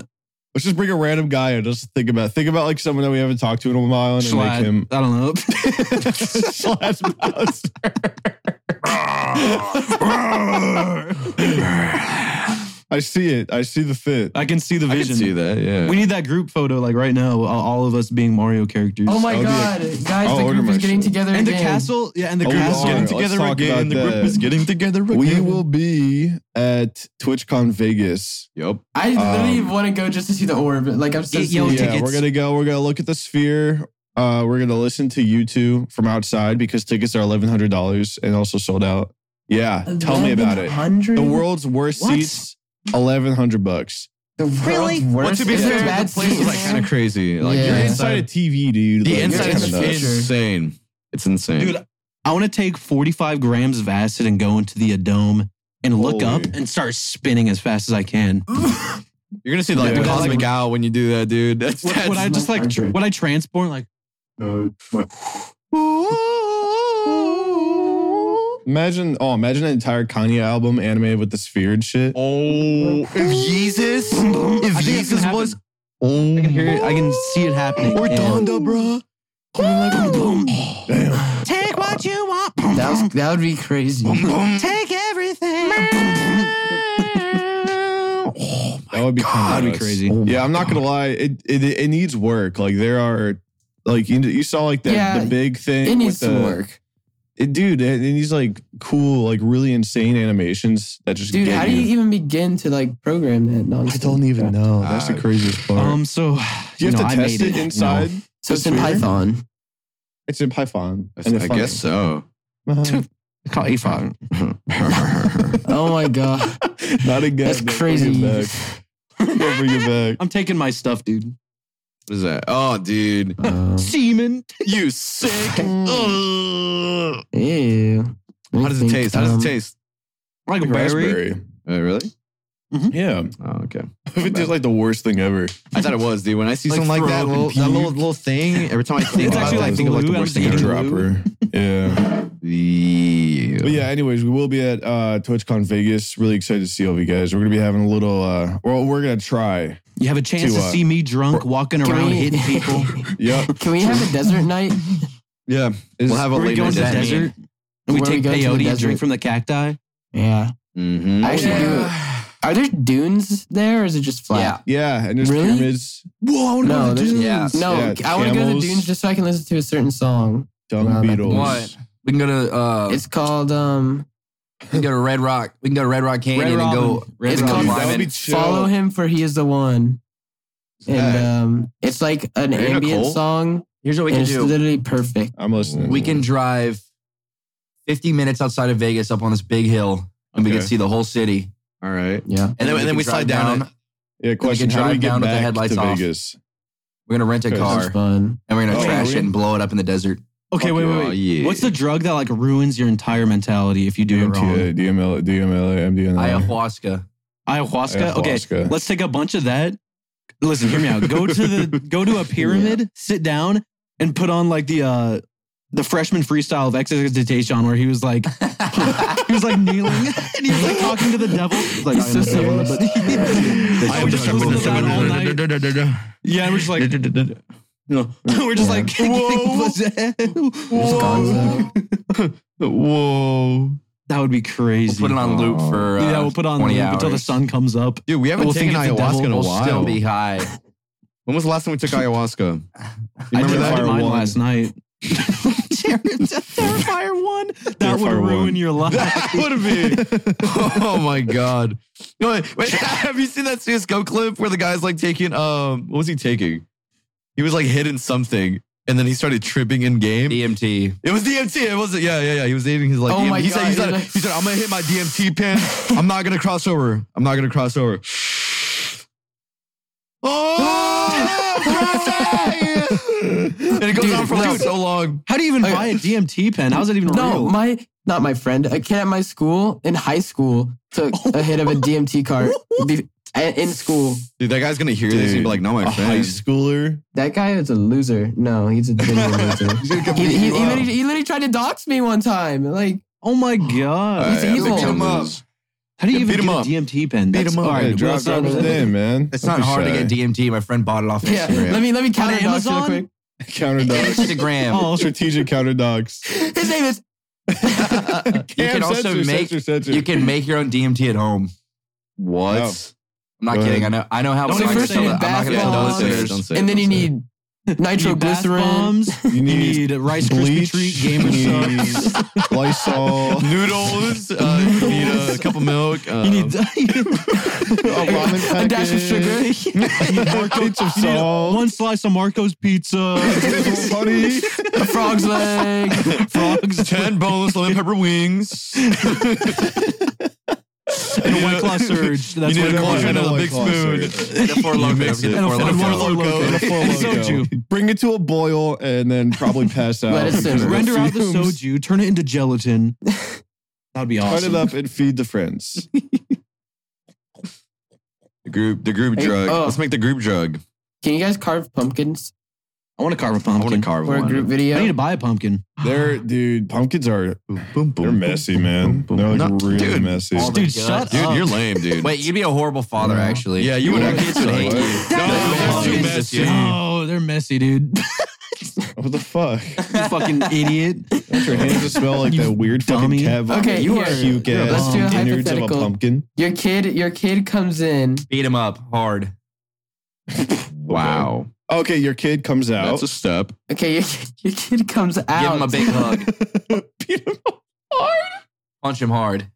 C: Let's just bring a random guy and just think about think about like someone that we haven't talked to in a while and
D: Schlatt.
C: make [LAUGHS] him
D: I don't know.
C: slash Bowser. [LAUGHS] I see it. I see the fit.
D: [LAUGHS] I can see the
A: I can
D: vision.
A: see that. Yeah.
D: We need that group photo, like right now, all- all of us being Mario characters.
B: Oh my
C: I'll be
B: god, guys!
C: I'll
B: the
C: order
B: group
C: my
B: is getting
C: shit.
B: together
D: And the
B: again.
D: castle, yeah, and the
C: Oh, we
D: castle.
C: are.
A: getting
C: Let's
A: together
C: talk
A: again.
C: about
A: The group
C: that.
A: is getting together again.
C: We will be at TwitchCon Vegas.
A: Yep.
B: I literally
C: Um,
B: want to go just to see the orb. Like I'm so
D: Get yo
B: serious.
C: yeah, we're gonna go. We're gonna look at the sphere. Uh, we're gonna listen to you two from outside because tickets are eleven hundred dollars and also sold out. Yeah, tell me about it.
B: 1100?
C: The world's worst
B: What?
C: seats, eleven hundred bucks.
B: The world's
E: Really?
B: worst.
A: Well, to be
B: is there
A: fair,
B: bad
A: the place is like
B: seats?
A: kind of crazy. Like
B: Yeah.
A: your
B: You're
C: Inside a
A: inside,
C: TV, dude.
A: the
C: like,
A: inside
B: You're
A: is
B: in the
C: nuts.
B: future.
A: insane. It's insane.
D: Dude, I want to take 45 grams of acid and go into the dome and look
C: Holy.
D: up and start spinning as fast as I can.
A: You're gonna see like
C: Yeah.
A: the
D: Would I, like,
A: cosmic owl when you do that, dude. That's,
D: Would,
A: that's
D: would I just like, tr- would I transport? Like,
A: Ooh.
C: Imagine, oh, imagine an entire Kanye album animated with the sphere and shit.
A: Oh, if Jesus, if
D: I think it's
A: Jesus
D: gonna
A: was,
D: I can hear it. I can see it happening.
A: we're
D: And-
A: done, bro.
C: Damn.
G: Take what you want.
B: That was that would be crazy.
G: Take everything.
C: That would be kind of
D: That'd be crazy.
C: Yeah, I'm not gonna lie. It, it it needs work. Like there are, like you, you saw like the,
B: Yeah,
C: the big thing.
B: It
C: with
B: needs
C: the-
B: some work,
C: It, dude, it, it needs like cool, like really insane animations that just.
B: dude.
C: get
B: How do you even begin to like program that?
C: I
B: nonsense?
C: don't even know. That's the
A: Uh,
C: craziest part.
D: Um, so
C: do you have
D: know,
C: to
D: I
C: test
D: made
C: it
D: [SIGHS] you know.
C: inside?
B: So it's in
C: That's weird.
B: Python.
C: It's in Python. and
A: I guess so.
C: [LAUGHS] Uh-huh.
D: It's called [LAUGHS] E5.
B: Oh
C: [LAUGHS]
B: my god,
C: not again.
B: that's
C: Don't bring
B: crazy.
C: it back. Don't bring it back.
D: I'm taking my stuff, dude.
A: What is that? Oh, dude,
B: Uh,
D: Semen.
A: you sick. Ugh.
B: ew. Let me
A: How does it
B: think,
A: taste? How does
B: um,
A: it taste?
D: Like a berry.
C: Raspberry.
A: Uh, really?
C: Yeah.
A: Oh, okay.
C: It's just like the worst thing ever.
A: I thought it was, dude. When I see
E: Like
A: something like
E: throw
A: that,
E: up and
A: little, that
E: puke.
A: little little thing, every time I think
D: It's
A: about
D: actually
A: it, I
D: like
A: think of like the
D: blue.
A: worst
D: I'm
A: thing
D: just
A: ever.
D: eating
C: Dropper. [LAUGHS] Yeah. But
A: Yeah.
C: yeah, anyways, we will be at uh, TwitchCon Vegas. Really excited to see all of you guys. We're gonna be having a little. Uh, well, we're gonna try.
D: You have a chance
C: To,
D: to,
C: uh,
D: see me drunk, walking
B: Can
D: around,
B: we- [LAUGHS]
D: hitting people.
C: Yep.
B: Can we have a desert
C: [LAUGHS]
B: night?
A: [LAUGHS] Yeah. We'll have a
D: Where we
A: late
D: go
A: night
D: into the
E: that
A: session.
E: mean?
D: desert. And we
B: Where we
D: take
B: go to the
D: peyote and
B: desert.
D: drink from the cacti.
B: Yeah.
A: Mhm.
B: I should do it. Are there dunes there, or is it just flat?
E: Yeah.
C: Yeah, and there's
B: Really?
C: pyramids.
A: Whoa,
B: No, there's-
E: Yeah.
B: No,
C: Yeah,
B: I want to go to the
C: camels.
B: dunes just so I can listen to a certain song.
C: Dung
B: Wow, that-
C: beetles.
E: What? We can go to uh,
B: It's called um.
E: we can go to Red Rock. We can go to Red Rock Canyon
D: Red
E: and go.
D: Robin. Red
B: It's
E: and go
B: called-
E: climb
C: That would
E: it.
C: be chill.
B: Follow him for he is the one. And
A: Hey.
B: um, it's like an
A: Very
B: ambient
A: cool.
B: song.
E: Here's what we
B: and
E: can
B: it's
E: do.
B: literally perfect.
C: I'm listening.
E: We can drive 50 minutes outside of Vegas up on this big hill, and we
C: Okay.
E: can see the whole city.
A: All right.
B: Yeah.
A: And then, and then
E: can
A: we
E: drive
A: slide down. it.
C: Yeah, question.
E: can
C: How do we
E: drive
C: get
E: down with the
C: back
E: headlights
C: to
E: off.
C: Vegas?
E: We're gonna rent a
C: Okay.
E: car
B: That's fun.
E: and we're gonna
C: Oh,
E: trash
C: we-
E: it and blow it up in the desert.
D: Okay,
A: Fuck
D: wait,
A: yeah,
D: wait, wait.
A: Oh, yeah.
D: What's the drug that like ruins your entire mentality if you do it wrong?
C: DMTA, DMLA, DMLA, MDNA.
E: Ayahuasca.
D: Ayahuasca. Okay,
C: Ayahuasca.
D: let's take a bunch of that. Listen, hear me out. Go to the go to a pyramid, sit down, and put on like the uh the freshman freestyle of Excitation where he was like he was like kneeling [LAUGHS] and he was like talking to the devil. He was like,
B: He's
D: I am
B: so
D: the devil, but [LAUGHS]
E: I
D: I
E: am
D: was just
E: the devil.
D: listening to that all night. Yeah, and we're just [LAUGHS] like [LAUGHS] we're just like
B: Just
D: [LAUGHS] whoa.
B: gone.
A: Whoa.
D: [LAUGHS] That would be crazy.
E: We'll put it on loop for uh,
D: yeah, we'll put it on
E: 20
D: loop until the
E: hours.
D: sun comes up.
A: Dude, we haven't
D: We'll
A: taken
D: think it's the devil.
A: ayahuasca in a
E: We'll
A: while.
E: still be high.
A: When was the last time we took ayahuasca?
D: I
A: remember
D: did
A: that?
D: mine
C: Fire one.
D: last [LAUGHS] night.
E: [LAUGHS]
D: Terrifier one. [LAUGHS] That would
C: Terrifier
D: ruin
C: one.
D: your [LAUGHS] life.
A: That would be. [LAUGHS] oh my god. No, wait, [LAUGHS] wait, have you seen that CS:GO clip where the guy's like taking um what was he taking? He was like hidden something and then he started tripping in game.
E: DMT.
A: It was DMT. It wasn't. Yeah, yeah, yeah. He was eating his like.
B: Oh
A: DMT.
B: my
A: he said, he
B: God,
A: said,
B: you're
A: he said, I'm gonna hit my DMT pin. I'm not gonna cross over. I'm not gonna cross [GASPS] over. Oh! and it goes
B: Dude,
A: on for like
B: no.
A: so long.
D: How do you even
B: Okay.
D: buy a DMT pen? How's it even
B: No,
D: real?
B: my not my friend. A kid at my school in high school took a hit of a DMT cart be- a- in school.
A: Dude, that guy's gonna hear this and be
C: Dude,
A: like, "No, my
C: A high
A: friend."
C: schooler.
B: That guy is a loser. No, he's a genuine loser. He, he, he, literally, he literally tried to dox me one time. Like,
D: oh my god.
B: He's evil.
A: Beat him up.
D: How do you
A: Yeah,
D: even
A: beat 'em
D: get a
A: up.
D: DMT pen?
A: Beat
D: That's-
A: 'em up.
D: all
C: All
D: right,
C: right, drop
D: what's up
C: drop his
D: with that?
C: name, man.
E: It's not hard to get DMT. My friend bought it off
B: yeah,
E: Instagram.
B: let me let me counter dox you real
D: Amazon?
B: quick.
C: counter dogs. [LAUGHS]
E: Instagram.
D: Oh,
C: Strategic counter dogs.
B: His name is
E: you can
C: Cam,
E: also
C: censor,
E: make
C: censor, censor.
E: you can make your own DMT at home.
A: What?
C: No.
E: I'm not
C: Go
E: kidding. I know. I know how.
D: Don't say
E: I'm not gonna
D: first
E: tell
D: name,
E: the- I'm not gonna
A: Yeah,
E: tell the
A: don't say it.
E: listeners.
A: Don't say it.
B: and then
A: don't
B: you
A: say it.
B: need
D: you need bath
B: nitroglycerin.
D: bombs. You need Rice Krispie
C: bleach,
D: treat, gamer
C: you
D: subs.
C: need Lysol,
A: noodles. Uh, you need a cup of milk. Uh,
D: You need
C: a ramen packet,
B: [LAUGHS] A dash of sugar.
C: more pinch of
D: you need
C: salt.
D: one slice of Marco's pizza.
C: Funny.
B: A [LAUGHS] frog's leg.
D: Frogs.
A: ten boneless lemon pepper wings. and
D: And a white claw surge. That's
A: you
D: what
A: need a
D: it is.
A: cauldron
C: I
A: and
C: don't
A: a
C: like
A: big
C: Claw
A: spoon.
C: Surge.
A: And a four
E: Loco.
A: And a
E: And a
A: four
E: Four
A: loco.
E: Loko.
A: And a Four
D: And
A: Loko.
D: soju.
C: Bring it to a boil and then probably pass out.
B: Let it
C: because
B: simmer.
C: of
D: Render out the
C: fumes.
D: soju, turn it into
C: [LAUGHS]
D: gelatin. That'd be
C: Cut it
D: awesome.
C: up and feed the friends.
A: The group, the group
B: Hey,
A: drug.
B: oh.
A: oh. Let's make the group drug.
B: Can you guys carve pumpkins?
D: I I want to carve a
A: I want to
D: pumpkin.
A: carve
B: Or a
A: one.
B: group
D: I need
B: video.
D: to buy a pumpkin.
C: They're dude, pumpkins are
A: Boom, boom,
C: they're
A: boom,
C: messy,
A: boom,
C: man.
A: boom, boom.
C: They're like
A: No,
C: really
A: dude.
C: messy.
E: All the
D: Dude,
E: guts.
D: shut
A: Dude,
D: up. Oh,
A: you're lame, dude.
E: Wait, you'd be a horrible [LAUGHS] father, actually.
A: Yeah, you would
E: Your
A: actually
E: kids would
A: suck.
E: hate you.
A: No,
E: Your
A: they're too
E: kids just-
A: messy.
D: No, they're messy,
E: [LAUGHS]
D: dude.
C: What the fuck?
D: you fucking idiot.
C: Don't your hands just smell like
D: You
C: that weird fucking
D: dummy.
C: cat vomit?
B: Okay,
C: you
B: here.
C: are puke
A: You're a
C: ass
B: bum. Let's do a
C: innards of a
B: hypothetical.
C: pumpkin.
B: Your kid, your kid comes in.
E: Beat him up hard.
A: Wow.
C: Okay. Okay, your kid comes out.
A: That's a step.
B: Okay, your, your kid comes out.
E: Give him a big
D: [LAUGHS]
E: hug.
C: Beat him up.
E: Punch him hard.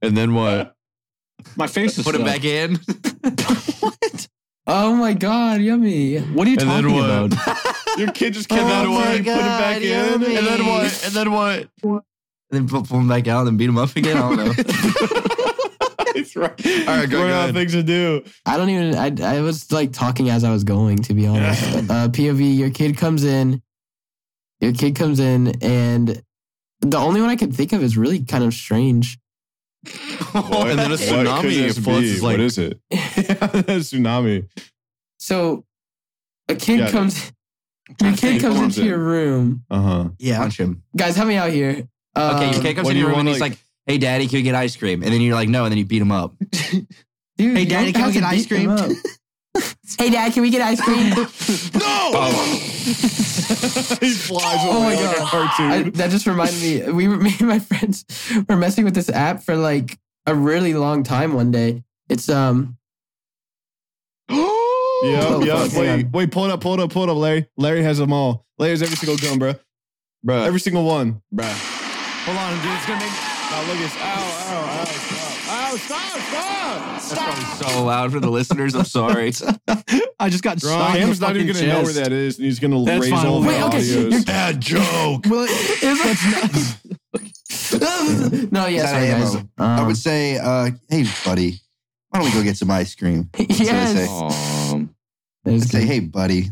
A: And then what?
D: My face is
E: Put him
D: stuck.
E: back in.
B: Oh my god, yummy.
D: What are you
A: And then
D: talking
A: what?
C: [LAUGHS]
D: about?
C: Your kid just came
B: Oh
C: out of
F: my
C: put him back
F: God,
C: in,
F: yummy.
C: and then what? [LAUGHS]
A: And then what?
E: And then pull pull him back out and beat him up again. I don't know.
C: That's right.
A: All right, go-
C: We're
A: go
C: out
A: ahead.
C: things to do.
B: I don't even. I, I was like talking as I was going, to be honest. uh, POV, your kid comes in. Your kid comes in, and the only one I can think of is really kind of strange.
C: What?
A: And then a
C: [LAUGHS] What
A: tsunami
C: could this
A: floods
C: be?
A: is like- [GASPS]
C: what is [LAUGHS] it? tsunami.
B: So, a kid
C: Yeah.
B: comes. Your kid comes
C: Comes
B: into
C: in.
B: your room,
C: Uh huh.
E: yeah. Punch him.
B: guys. Help me out here. Uh,
E: Okay, your kid comes
C: what
E: in
C: do
E: your
C: you
E: room and
C: want,
E: he's
C: like-
E: like, hey, daddy, can we get ice cream? And then you're like, no. And then you beat him up.
B: dude,
D: Hey,
B: you
D: Daddy,
B: don't
D: can we
B: have to
D: get ice
B: beat them
D: cream?
B: up. hey, Dad, can we get ice cream?
C: [LAUGHS] he flies
B: Oh
C: away
B: my
C: like a
B: God. I,
C: cartoon.
B: that just reminded me. We were [LAUGHS] me and my friends were messing with this app for like a really long time. One day, it's um.
C: Yeah,
B: Oh,
C: yeah.
B: fuck,
C: Wait,
B: yeah.
C: wait. Pull it up, pull it up, pull it up. Larry, Larry has them all. Larry has every single gun, bruh.
A: Bruh.
C: Every single one.
A: bruh.
C: Hold on, dude. It's gonna make. Now look, it's ow, ow, ow, stop, ow, stop, stop.
E: That's probably so loud for the listeners. I'm sorry.
D: [LAUGHS] I just got
C: Ron,
D: shot. in the
C: Ham's not even gonna
D: fucking
C: know where
D: chest.
C: that is, and he's gonna
D: That's
C: raise
D: fine,
C: all the
D: we'll- Wait, okay,
C: audios.
B: you're-
A: Bad joke.
B: [LAUGHS]
D: Well, that's
F: [LAUGHS]
D: not-
B: no, yeah,
F: Is that
B: sorry
F: ammo?
B: guys.
F: I
B: Um, [LAUGHS]
F: would say, uh, hey, buddy, why don't we go get some ice cream?
B: yes.
F: say.
A: Um,
B: There's
F: I'd say,
B: good.
F: hey, buddy,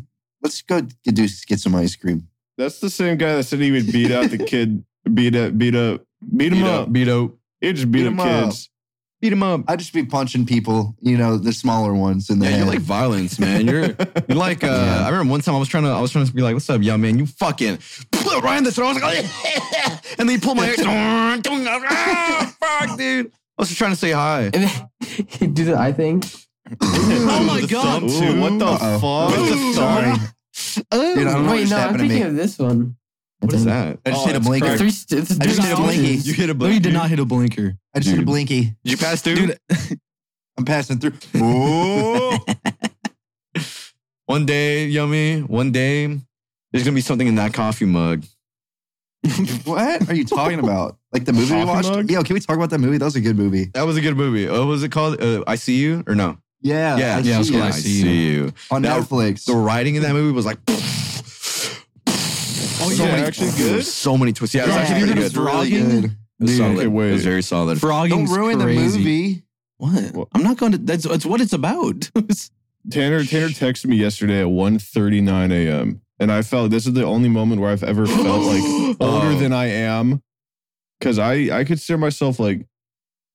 F: let's go g- do get some ice cream.
C: That's the same guy that said he would beat out the kid, beat up, beat up, beat him
A: beat
C: up.
A: up, beat up,
C: He just beat,
F: Beat
C: up
F: him up.
C: kids.
A: beat him up.
F: I'd just be punching people, you know, the smaller ones in the
A: Yeah, you
F: head.
A: like violence, man. [LAUGHS] You're you like. Uh,
F: Yeah.
A: I remember one time I was trying to I was trying to be like, "What's up, young man? You fucking right in the throat." I was like, "Oh, [LAUGHS] and then he pulled my hair. Ah, Fuck, dude. I was just trying to say hi.
B: And [LAUGHS] then do the eye thing.
D: Oh my
A: The
D: God.
A: thumb,
C: Ooh,
A: too.
C: what the
F: Uh-oh.
C: fuck?
A: With the
F: Ooh,
A: thumb.
C: [LAUGHS]
F: Sorry. Dude, I don't know
B: Wait,
F: what's
B: no, I'm
F: happening to
B: thinking
F: me.
B: of this one.
A: What is that?
F: I just
C: Oh,
F: hit a
C: that's
F: blinker.
C: crack.
B: Three, st- it's
F: I just hit a blinky.
A: You hit a
D: No,
A: button.
D: you did not hit a blinker.
F: I just hit a
A: Dude.
F: blinky.
A: Did you pass through? [LAUGHS]
F: I'm passing through. Oh,
A: One day, yummy. One day, there's gonna be something in that coffee mug.
F: [LAUGHS] what are you talking about? Like the movie we
C: Coffee
F: watched?
C: mug?
F: Yo, can we talk about that movie? That was a good movie.
A: That was a good movie. Uh, What was it called? Uh, I see you or no?
E: Uh,
F: Yeah.
A: yeah,
F: I
D: yeah, I was
F: see
D: gonna
F: you.
A: I see you.
F: On
A: That-
F: Netflix.
A: The writing in that movie was like. [LAUGHS]
C: Oh, yeah, actually good?
A: So many twists. Yeah, it was
B: Yeah.
A: actually pretty
F: It's
A: good.
F: really
D: Vlogging?
F: good.
A: It was
C: Dude,
A: solid.
C: okay, wait.
A: It was very solid.
D: Frogging.
F: Don't ruin the movie.
D: What?
C: What?
D: I'm not going to. That's, that's what it's about. [LAUGHS]
C: Tanner, Tanner texted me yesterday at 1.39 a.m. And I felt this is the only moment where I've ever felt like
D: [GASPS]
C: older
A: Oh.
C: than I am. Cause I I consider myself like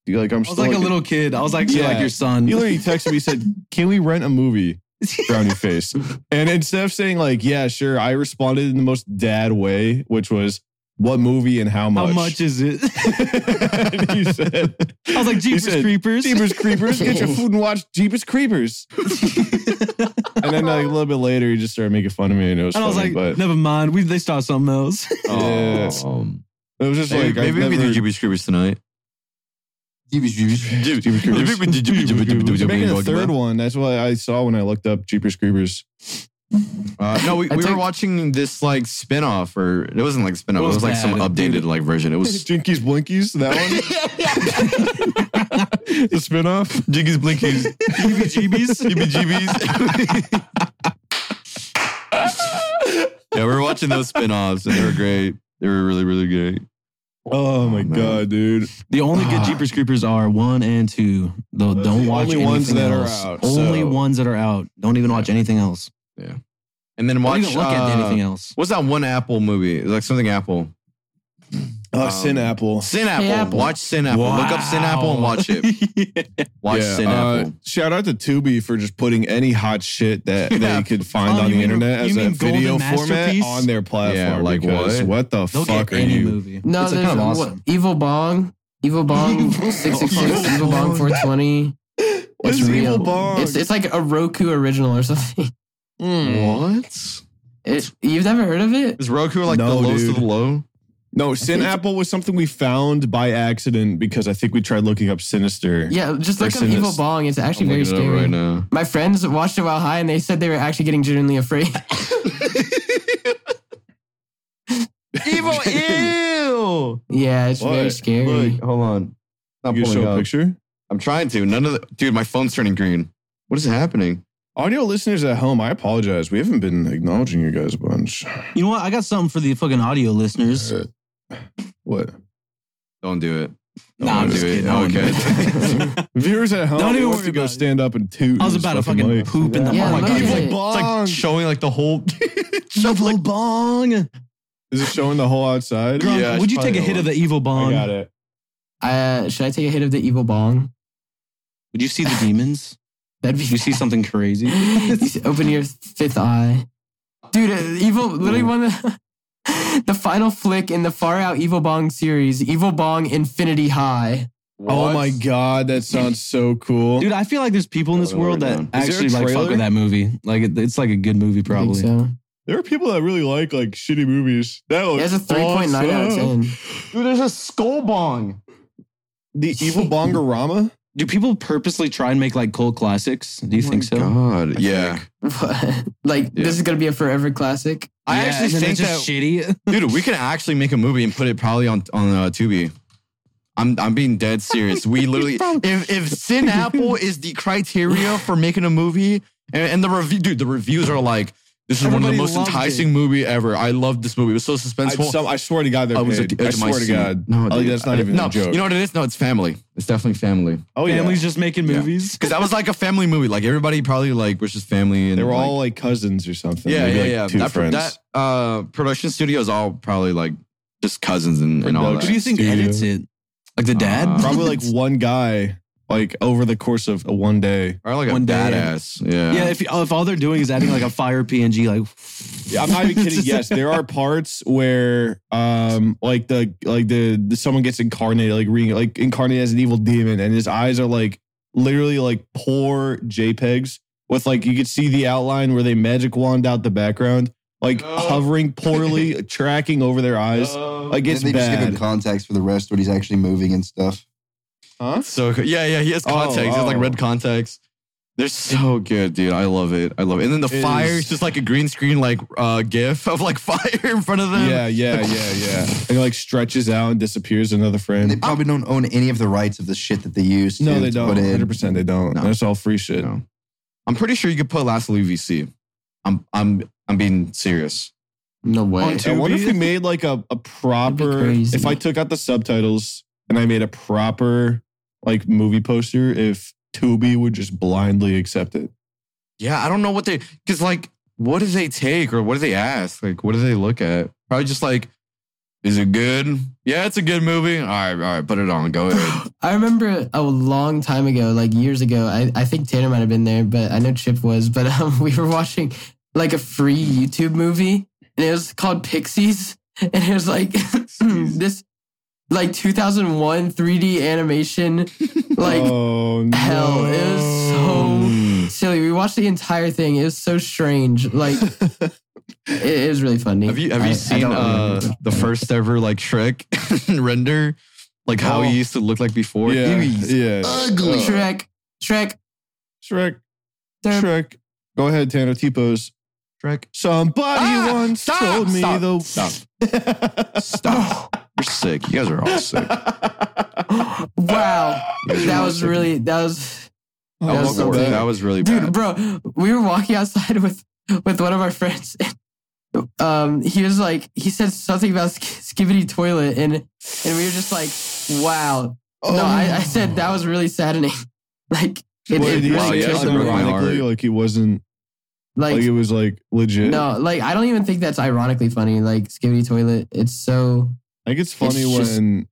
C: like I'm
D: I
C: still
D: was like a little kid. I was actually
C: Yeah.
D: like your son.
C: You literally texted me said, "Can we rent a
D: [LAUGHS]
C: movie?" Brownie face. And instead of saying like, "Yeah, sure," I responded in the most dad way, which was, "What movie and how
D: How
C: much?"
D: much is it?
C: [LAUGHS]
D: [LAUGHS]
C: and he said,
D: I was like,
C: he
D: Jeepers
C: said,
D: Creepers.
C: Jeepers Creepers, get your food and watch Jeepers
D: [LAUGHS]
C: Creepers. and then like a little bit later, he just started making fun of me, and it was
D: And I was
C: funny.
D: like,
C: but
D: never mind. We, they start something [LAUGHS] else.
C: Yeah.
A: Um,
C: it was just
A: maybe
C: like I've
A: maybe we
C: never-
A: do Jeepers Creepers tonight. Jeepers
C: Creepers. They're making a third
A: Creepers.
C: one. That's what I saw when I looked up Jeepers
D: [LAUGHS]
C: Creepers.
A: Uh, no, we,
B: I
A: we were
B: think-
A: watching this like spin-off or it wasn't like spin-off. It
D: It
A: was,
D: was
A: like some
D: bad,
A: updated
D: dude.
A: like version. It was
C: Jinkies Blinkies, that one.
D: [LAUGHS]
C: the spinoff.
A: Jiggies Blinkies. [LAUGHS]
C: EBGBs.
A: yeah, we were watching those spin-offs and they were great. They were really, really great.
C: oh my
A: Oh, man.
C: god, dude.
D: The only good Jeepers Creepers are one and two. Though
C: Those are
D: don't
C: the
D: watch
C: only
D: anything
C: ones that are
D: else.
C: out,
D: Only
C: so-
D: ones that are out. Don't even watch anything else.
A: And then
D: Don't
A: watch
D: even look
A: uh,
D: at anything else.
A: What's that one Apple movie? It was like something Apple.
C: Oh,
A: Um,
C: Sin Apple.
A: Synapple.
B: Synapple.
A: Watch Synapple. Look up Synapple and watch
D: [LAUGHS]
A: it. Watch
C: [LAUGHS] Yeah,
A: Synapple.
C: uh, shout out to Tubi for just putting any hot shit that
D: [LAUGHS] Yeah.
C: they could find
D: Oh,
C: on the
D: you mean-
C: internet
D: you
C: as a
D: mean golden
C: video format
D: masterpiece?
C: on their platform.
A: Yeah, like
C: because
A: what?
C: What the
D: They'll
C: fuck
D: get
C: are
D: any
C: you?
D: movie.
B: No,
D: It's
B: there's
D: kind of
B: what-
D: awesome.
B: Evil Bong,
F: [LAUGHS]
B: Evil Bong, six six six, Evil Bong four twenty.
C: What's
B: It's
C: Evil
B: real.
C: Bong?
B: It's it's like a Roku original or something.
A: what?
B: It, you've never heard of it?
A: Is Roku like
C: No,
A: the lowest
C: dude.
A: of the low?
C: no, Sin Apple was something we found by accident because I think we tried looking up Sinister.
B: Yeah, just look up
C: Person
B: Evil
C: is-
B: Bong. It's actually
A: I'm
B: very
A: looking it up
B: scary.
A: right now.
B: My friends watched it while high, and they said they were actually getting genuinely afraid. [LAUGHS]
A: [LAUGHS] Evil ew.
B: yeah, it's very
C: What?
B: scary.
A: Look, hold on. Not
C: You can
A: pulling
C: show a
A: up.
C: picture?
A: I'm trying to. None of the dude, my phone's turning green. What is happening?
C: Audio listeners at home, I apologize. We haven't been acknowledging you guys a
D: [SIGHS]
C: bunch.
D: You know what? I got something for the fucking audio listeners.
C: Uh, What?
A: Don't do it. Don't
D: Nah, I'm
A: do
D: just
A: it.
D: kidding. I wouldn't
A: Okay. [LAUGHS]
C: Viewers at home,
D: Don't
C: don't
D: even
C: even
D: worry
C: to go
D: about it.
C: stand up and toot.
D: [LAUGHS] I was
C: in his
D: about to fucking
C: mic.
D: poop in
C: [LAUGHS]
D: the
B: Yeah,
D: oh my
B: look
D: [LAUGHS] god.
B: at
D: Evil
B: it.
A: It's like showing like the whole
D: Evil bong.
C: Is it showing the whole outside?
D: Grunk,
A: Yeah,
D: would you
A: it's
D: take a
A: probably
D: hit of the evil
C: I
D: bong?
C: got it.
B: Uh, should I take a hit of the Evil Bong?
D: Would you see the demons?
B: That'd be
D: Would you see something crazy?
B: [LAUGHS] You s- open your fifth eye. Dude, uh, Evil literally one of the, [LAUGHS] the final flick in the Far Out Evil Bong series, Evil Bong Infinity High.
C: Oh my god, that sounds so cool.
D: Dude, I feel like there's people in this
A: Don't know
D: world
A: where
D: that
A: we're
C: going. Is there a
D: actually like fuck
C: trailer?
D: with that movie. Like it, it's like a good movie,
B: I think
D: probably.
B: so.
C: there are people that really like like shitty movies. That
B: It
C: was
B: has a 3.9 out of 10.
A: Dude, there's a skull bong.
C: The evil
D: [LAUGHS]
C: bongarama.
D: Do people purposely try and make like cult classics? Do you think so?
A: God. Yeah.
B: [LAUGHS] What? like,
A: Yeah.
B: this is going to be a forever classic.
A: I
D: Yeah,
A: actually
D: and then
A: think
D: it's
A: that
D: just [LAUGHS] shitty.
A: dude, we can actually make a movie and put it probably on on uh, Tubi. I'm I'm being dead serious. We literally, if if Sin Apple is the criteria for making a movie, and, and the review, dude, the reviews are like, this is
D: Everybody
A: one of the most
D: loved
A: enticing movie ever. I loved this movie. It was so
C: I,
A: suspenseful.
C: some- I swear to God, they're
A: I was at
C: paid.
A: the
C: I
A: edge of my
C: swear to
A: seat.
C: God.
A: No,
C: Like,
A: dude,
C: that's not
A: I-
C: even
A: no,
C: a joke.
A: You know what it is? No, it's family. It's definitely family.
C: oh yeah,
D: Families just making
A: Yeah.
D: movies.
A: Because that was like a family movie. Like everybody probably like was just family. And
C: they were
A: like-
C: all like cousins or something.
A: yeah,
C: Maybe,
A: yeah,
C: like,
A: yeah.
C: Two
A: That, pro-
C: friends.
A: that [LAUGHS] uh, production studio is all probably like just cousins and, and all
D: Who do you
A: that.
D: think
C: Studio.
D: edits it? Like the dad?
A: Uh,
C: Probably like one guy, like over the course of one day.
A: Or like a
D: One day.
A: badass. Yeah.
D: yeah. If if all they're doing is adding like a fire PNG, like
C: Yeah, I'm not even
B: [LAUGHS]
C: kidding. Yes, there are parts where, um, like the like the, the someone gets incarnated, like re, like incarnated as an evil demon, and his eyes are like literally like poor JPEGs with like you could see the outline where they magic wand out the background, like
A: No.
C: hovering poorly, tracking over their eyes. like it's
F: and they just give
C: bad.
F: him contacts for the rest when he's actually moving and stuff.
D: [LAUGHS]
C: huh?
A: So co- yeah, yeah, he has
C: Oh,
A: contacts. He has like
C: oh.
A: red contacts. They're so good, dude. I love it. I love it. And then the
C: It
A: fire
C: is-
A: is just like a green screen like uh gif of like [LAUGHS] fire in front of them.
C: Yeah, yeah, yeah, yeah. And it like stretches out and disappears in another
F: And they
C: frame.
F: probably don't own any of the rights of the shit that they use.
C: No,
F: to-
C: they
F: to
C: don't.
F: put in.
C: Hundred percent, they don't.
A: No.
C: That's all free shit.
A: You know. I'm pretty sure you could put Last Louis VC. I'm I'm I'm being serious.
B: No way.
C: I wonder if we made like a, a proper.
B: crazy.
C: If I took out the subtitles and I made a proper like movie poster, if Tubi would just blindly accept it.
A: Yeah, I don't know what they because like what do they take or what do they ask? Like what do they look at? Probably just like, is it good? Yeah, it's a good movie. All right, all right, put it on. [LAUGHS] Go ahead.
B: I remember a long time ago, like years ago. I, I think Tanner might have been there, but I know Chip was. But um, [LAUGHS] we were watching like a free YouTube movie, and it was called Pixies, and it was like [CLEARS THROAT] this like 2001 3D animation,
C: [LAUGHS]
B: like
C: oh, no.
B: hell, it was so-
A: Mm.
B: silly. We watched the entire thing. It was so strange.
A: [LAUGHS]
B: Like it, it was really funny.
A: Have you have you
B: I- I
A: seen
B: don't
A: uh,
B: remember.
A: the first ever like Shrek [LAUGHS] render? Like how
C: Oh.
A: he used to look like before?
C: yeah,
A: He's
C: yeah.
A: ugly.
B: Shrek? Shrek.
C: Shrek,
B: derp.
C: Shrek. Go ahead, Tano Tipos.
A: Shrek.
C: Somebody
A: Ah,
C: once
A: stop,
C: told me
A: stop,
C: the
A: stop. Oh. Stop. [LAUGHS] You're sick. You guys are all [LAUGHS] sick.
B: wow,
A: You guys are
B: that
A: all
B: was
A: sick.
B: really that was.
C: I
A: That
B: That
A: was,
B: was so
A: horrible.
B: bad.
A: that was really bad.
B: dude bro we were walking outside [LAUGHS] with with one of our friends and, um he was like he said something about sk- skibbity toilet and and we were just like wow no I, I said that was really saddening [LAUGHS] like it,
C: Well,
B: it
C: he
A: wow,
B: really
A: yeah,
C: said
B: killed
A: that
B: the
C: that
A: broke
B: movie.
A: my heart.
C: ironically, like he wasn't,
B: like,
C: like it was like legit.
B: no like i don't even think that's ironically funny like skibbity toilet it's so
C: I think it's funny
B: It's just-
C: when.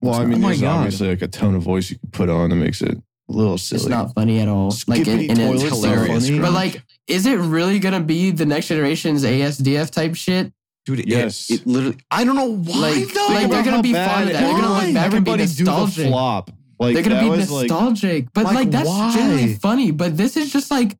C: Well, I mean,
D: Oh my
C: there's
D: God.
C: obviously like a tone of voice you can put on that makes it a little silly.
B: It's not funny at all. Like
C: Skippity
B: it, and it's
C: toilet's so
B: hilarious.
C: funny.
B: But like, is it really gonna be the next generation's ASDF type shit?
A: dude. it-
C: Yes.
A: It, literally. I don't know why
B: Like,
A: though.
B: like they're gonna be fond of that. They're gonna look back and be
C: everybody do the
B: nostalgic.
C: flop. Like
B: they're gonna
C: that
B: be
C: was like
B: nostalgic. but
A: Like,
B: like that's
A: why?
B: generally funny. But this is just like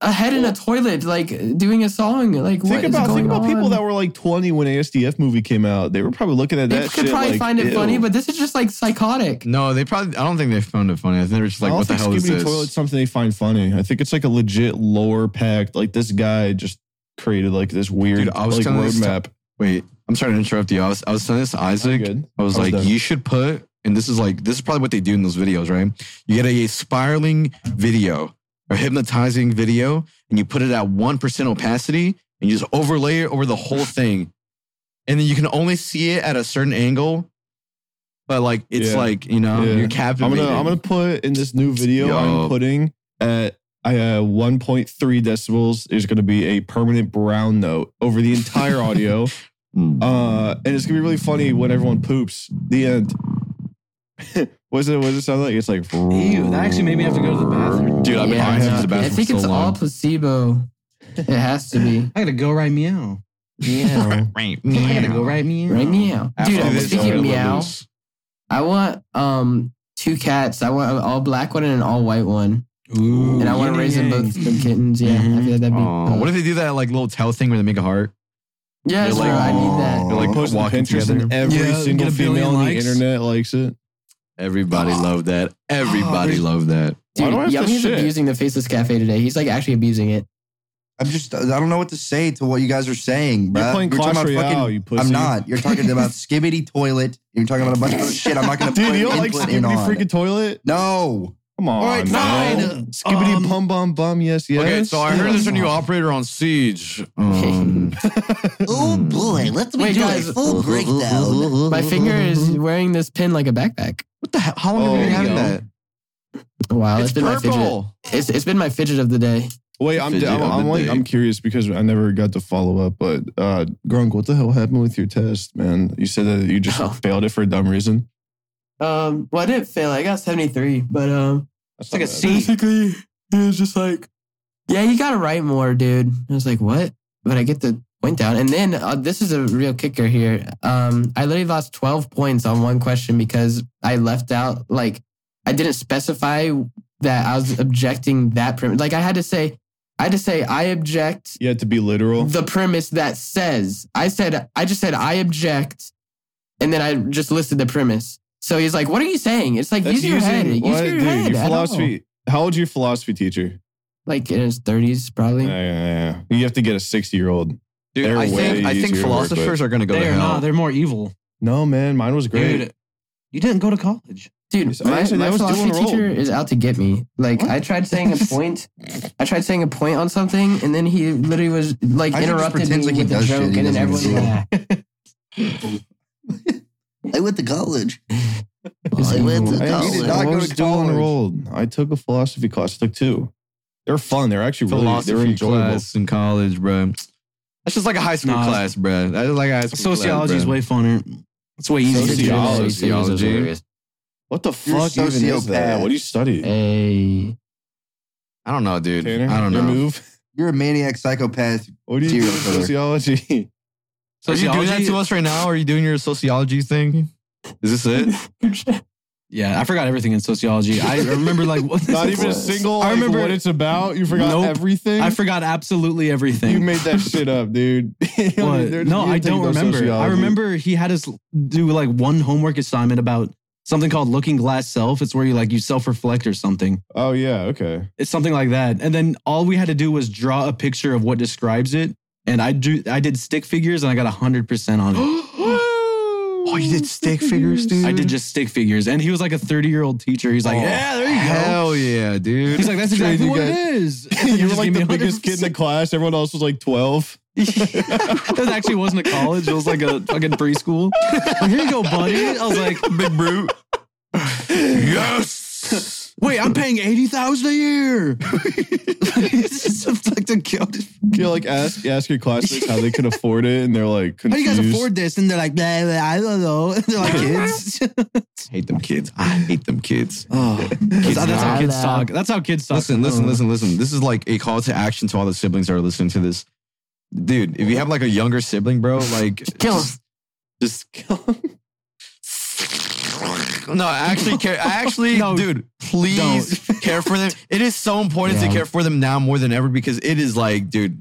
B: a head in a toilet, like doing a song. Like what
C: think
B: is
C: about
B: going
C: think about people
B: on?
C: that were like 20 when ASDF movie came out. They were probably looking at
B: they
C: that.
B: could
C: shit
B: probably
C: like,
B: find it
C: "Ew."
B: funny, but this is just like psychotic.
A: No, they probably. I don't think they found it funny. I think they're just
C: I
A: like,
C: don't
A: what the
C: think
A: hell is
C: Skibbity
A: this?
C: Toilet's something they find funny. I think it's like a legit lore packed. Like this guy just created like this weird
A: Dude, I was
C: like
A: telling this to-
C: roadmap.
A: Wait, I'm sorry to interrupt you. I was I was telling this to
C: You're
A: Isaac.
C: good.
A: I was
C: I
A: like,
C: was done.
A: you should put, and this is like, this is probably what they do in those videos, right? You get a spiraling video or hypnotizing video, and you put it at 1% opacity, and you just overlay it over the whole thing. And then you can only see it at a certain angle, but like, it's
C: Yeah.
A: like, you know,
C: Yeah.
A: you're
C: I'm
A: captivated.
C: gonna I'm gonna put in this new video
A: Yo.
C: I'm putting at uh, 1.3 decibels is gonna be a permanent brown note over
A: [LAUGHS]
C: the entire audio.
A: Mm.
C: Uh, and it's gonna be really funny when everyone poops. The end. [LAUGHS] what's it? What's it sound like? It's like.
D: Ew, that actually made me have to go to the bathroom.
A: Dude, I've been
B: Yeah,
A: I
B: no,
A: have the
B: I
A: bathroom
B: think
A: for
B: it's
A: so
B: all
A: long.
B: placebo. It has to be.
D: I gotta go right meow. Yeah. I gotta go right meow.
B: Right meow. Dude,
A: After this,
B: speaking
A: I'm
B: of
A: gonna
B: meow,
A: lose.
B: I want um two cats. I want an all black one and an all white one.
D: Ooh,
B: and I want to raise them
D: yin
B: both
D: yang.
B: from kittens. Yeah, I feel like that'd be.
A: Aw,
B: uh,
A: what if they do that like little tail thing where they make a heart?
B: yes,
A: they're
B: bro,
A: like,
B: I need
F: "Aw."
B: that.
C: They're like
F: Aw.
C: posting
A: Walking
C: pictures and
A: together.
C: every
D: Yeah,
C: single
D: get a billion
C: female on the
D: likes.
C: internet likes it.
A: Everybody loved that. Everybody loved that.
C: Why
B: Dude,
C: do I have to
B: Yummy's
C: shit?
B: abusing the Faceless Cafe today. He's like actually abusing it.
F: I'm just, I don't know what to say to what you guys are saying, bro.
C: You're playing Clash Royale, you pussy.
F: I'm not. You're talking
C: [LAUGHS]
F: about skibbity toilet. You're talking about a bunch of other shit. I'm not going to
C: Dude,
F: put
C: you don't like
F: input in
C: Skibbity
F: on.
C: freaking toilet?
F: no.
C: Come on.
F: right,
C: man.
D: fine.
C: Skibbity
D: Um,
C: bum bum bum. Yes, yes.
A: Okay, so I heard there's a new operator on Siege. Um,
G: Oh
C: Hmm.
G: boy, let's
B: Wait,
G: do
B: guys.
G: a full breakdown.
B: My
E: Mm-hmm.
B: finger is wearing this pin like a backpack.
A: what the hell? How long
C: Oh,
A: have you
C: there
A: had
C: you go.
A: that?
B: Wow,
A: it's
B: it's been my fidget.
A: purple.
B: It's, it's been my fidget of the day.
C: Wait, I'm,
A: Fidget
C: I'm,
A: of
C: I'm
A: the
C: like
A: day.
C: I'm curious because I never got to follow up. But uh Grunk, what the hell happened with your test, man? You said that you just
B: Oh.
C: failed it for a dumb reason.
B: Um, well, I didn't fail. I got seventy three, but um,
C: That's
D: like
C: not
D: a
C: bad.
D: C.
B: basically it was just like, yeah, you gotta write more, dude. I was like, what? But I get the point down, and then uh, this is a real kicker here. Um, I literally lost twelve points on one question because I left out like I didn't specify that I was objecting that premise. Like I had to say, I had to say I object
C: You had to be literal.
B: the premise that says I said I just said I object, and then I just listed the premise. So he's like, "What are you saying?" It's like use your
C: using-
B: head, use
C: what,
B: your
C: dude,
B: head.
C: Your
B: at all.
C: philosophy. How old's your philosophy teacher?
B: like in his thirties, probably.
C: Yeah, yeah, yeah. You have to get a 60 year old.
A: Dude,
C: They're
A: I
C: way
A: think, I
C: easier
A: think
C: to work
A: philosophers are going to go to
D: They are
A: hell.
D: not. They're more evil.
C: No, man, mine was great.
D: Dude, you didn't go to college.
B: Dude,
C: Yes,
B: my,
C: actually,
B: my
C: that was
B: philosophy
C: doing
B: teacher
C: wrong.
B: is out to get me. Like I tried saying a point, I tried saying a point on something, and then he literally was like
F: I think he just
B: interrupted me
F: pretends like he
B: with a
F: does shit.
B: joke,
F: He
B: and then
F: doesn't
B: everyone.
F: even see it.
B: laughed.
G: I went to college.
B: It's
G: I went to
B: evil.
C: I,
G: college.
C: you did
F: not
C: not
F: go
C: was
F: to
C: dual
F: college.
C: enrolled. I took a philosophy class. I took two. They're fun. They're actually really
A: Philosophy
C: they're enjoyable.
A: class in college, bro. That's just like a high school
D: Nah.
A: class, bro. That's like a high school
D: Sociology
A: class,
D: is
A: bruh.
D: way funner. It's way easier to do.
C: Sociology.
D: that.
A: Sociology.
C: What the
F: You're
C: fuck even is that?
F: sociopath.
C: What do you study?
B: Hey,
A: I don't know, dude.
C: Tanner,
A: I don't
C: your
A: know.
C: move.
F: You're a maniac psychopath.
C: What do you do
F: Serial
C: with
F: killer. [LAUGHS]
C: sociology?
A: Are you doing that to us right now? Are you doing your sociology thing? Is this it?
D: Yeah, I forgot everything in sociology. I remember like [LAUGHS] what
C: Not even a single. I remember what it's about. You forgot
D: Nope.
C: everything.
D: I forgot absolutely everything.
C: You made that shit up, dude. [LAUGHS]
D: What?
C: There's-
D: No,
C: you
D: I
C: take
D: don't
C: no
D: remember. I
C: sociology.
D: remember he had us do like one homework assignment about something called looking glass self. It's where you like you self reflect or something.
C: Oh yeah. Okay.
D: It's something like that. And then all we had to do was draw a picture of what describes it. And I do I did stick figures and I got hundred percent on
C: [GASPS]
D: it.
A: oh, you did stick figures, dude.
D: I did just stick figures. And he was like a 30 year old teacher. He's like,
A: Oh,
D: Yeah, there you go.
A: Hell yeah, dude.
D: He's like, that's exactly
C: you
D: what
C: got-
D: it is. And then
C: [LAUGHS] you
D: he
C: were
D: just
C: like
D: gave me
C: the biggest kid in
D: [LAUGHS]
C: the class. Everyone else was like twelve.
D: 100%. that actually wasn't a college. It was like a fucking preschool. [LAUGHS] Like, Here you go, buddy. I was like,
C: [LAUGHS]
A: big brute. yes.
D: Wait, I'm paying eighty thousand a year.
F: it's a fucking killed.
C: You like ask ask your classmates how they can afford it, and they're like
D: How do
C: confused.
D: you guys afford this? And they're like, "Blah, blah, I don't know. [LAUGHS] And they're
B: [LAUGHS]
D: like kids.
A: hate them kids. I hate them kids.
D: oh, that's, how- that's how
B: not
D: kids
B: allowed.
D: talk. That's how kids talk.
A: Listen,
B: Oh.
A: listen, listen, listen. This is like a call to action to all the siblings that are listening to this. Dude, if you have like a younger sibling, bro, like
B: Kill him.
A: just, just kill him. [LAUGHS] No, I actually care. I actually,
D: [LAUGHS] No,
A: dude, please care for them. It is so important
B: Yeah.
A: to care for them now more than ever because it is like, dude,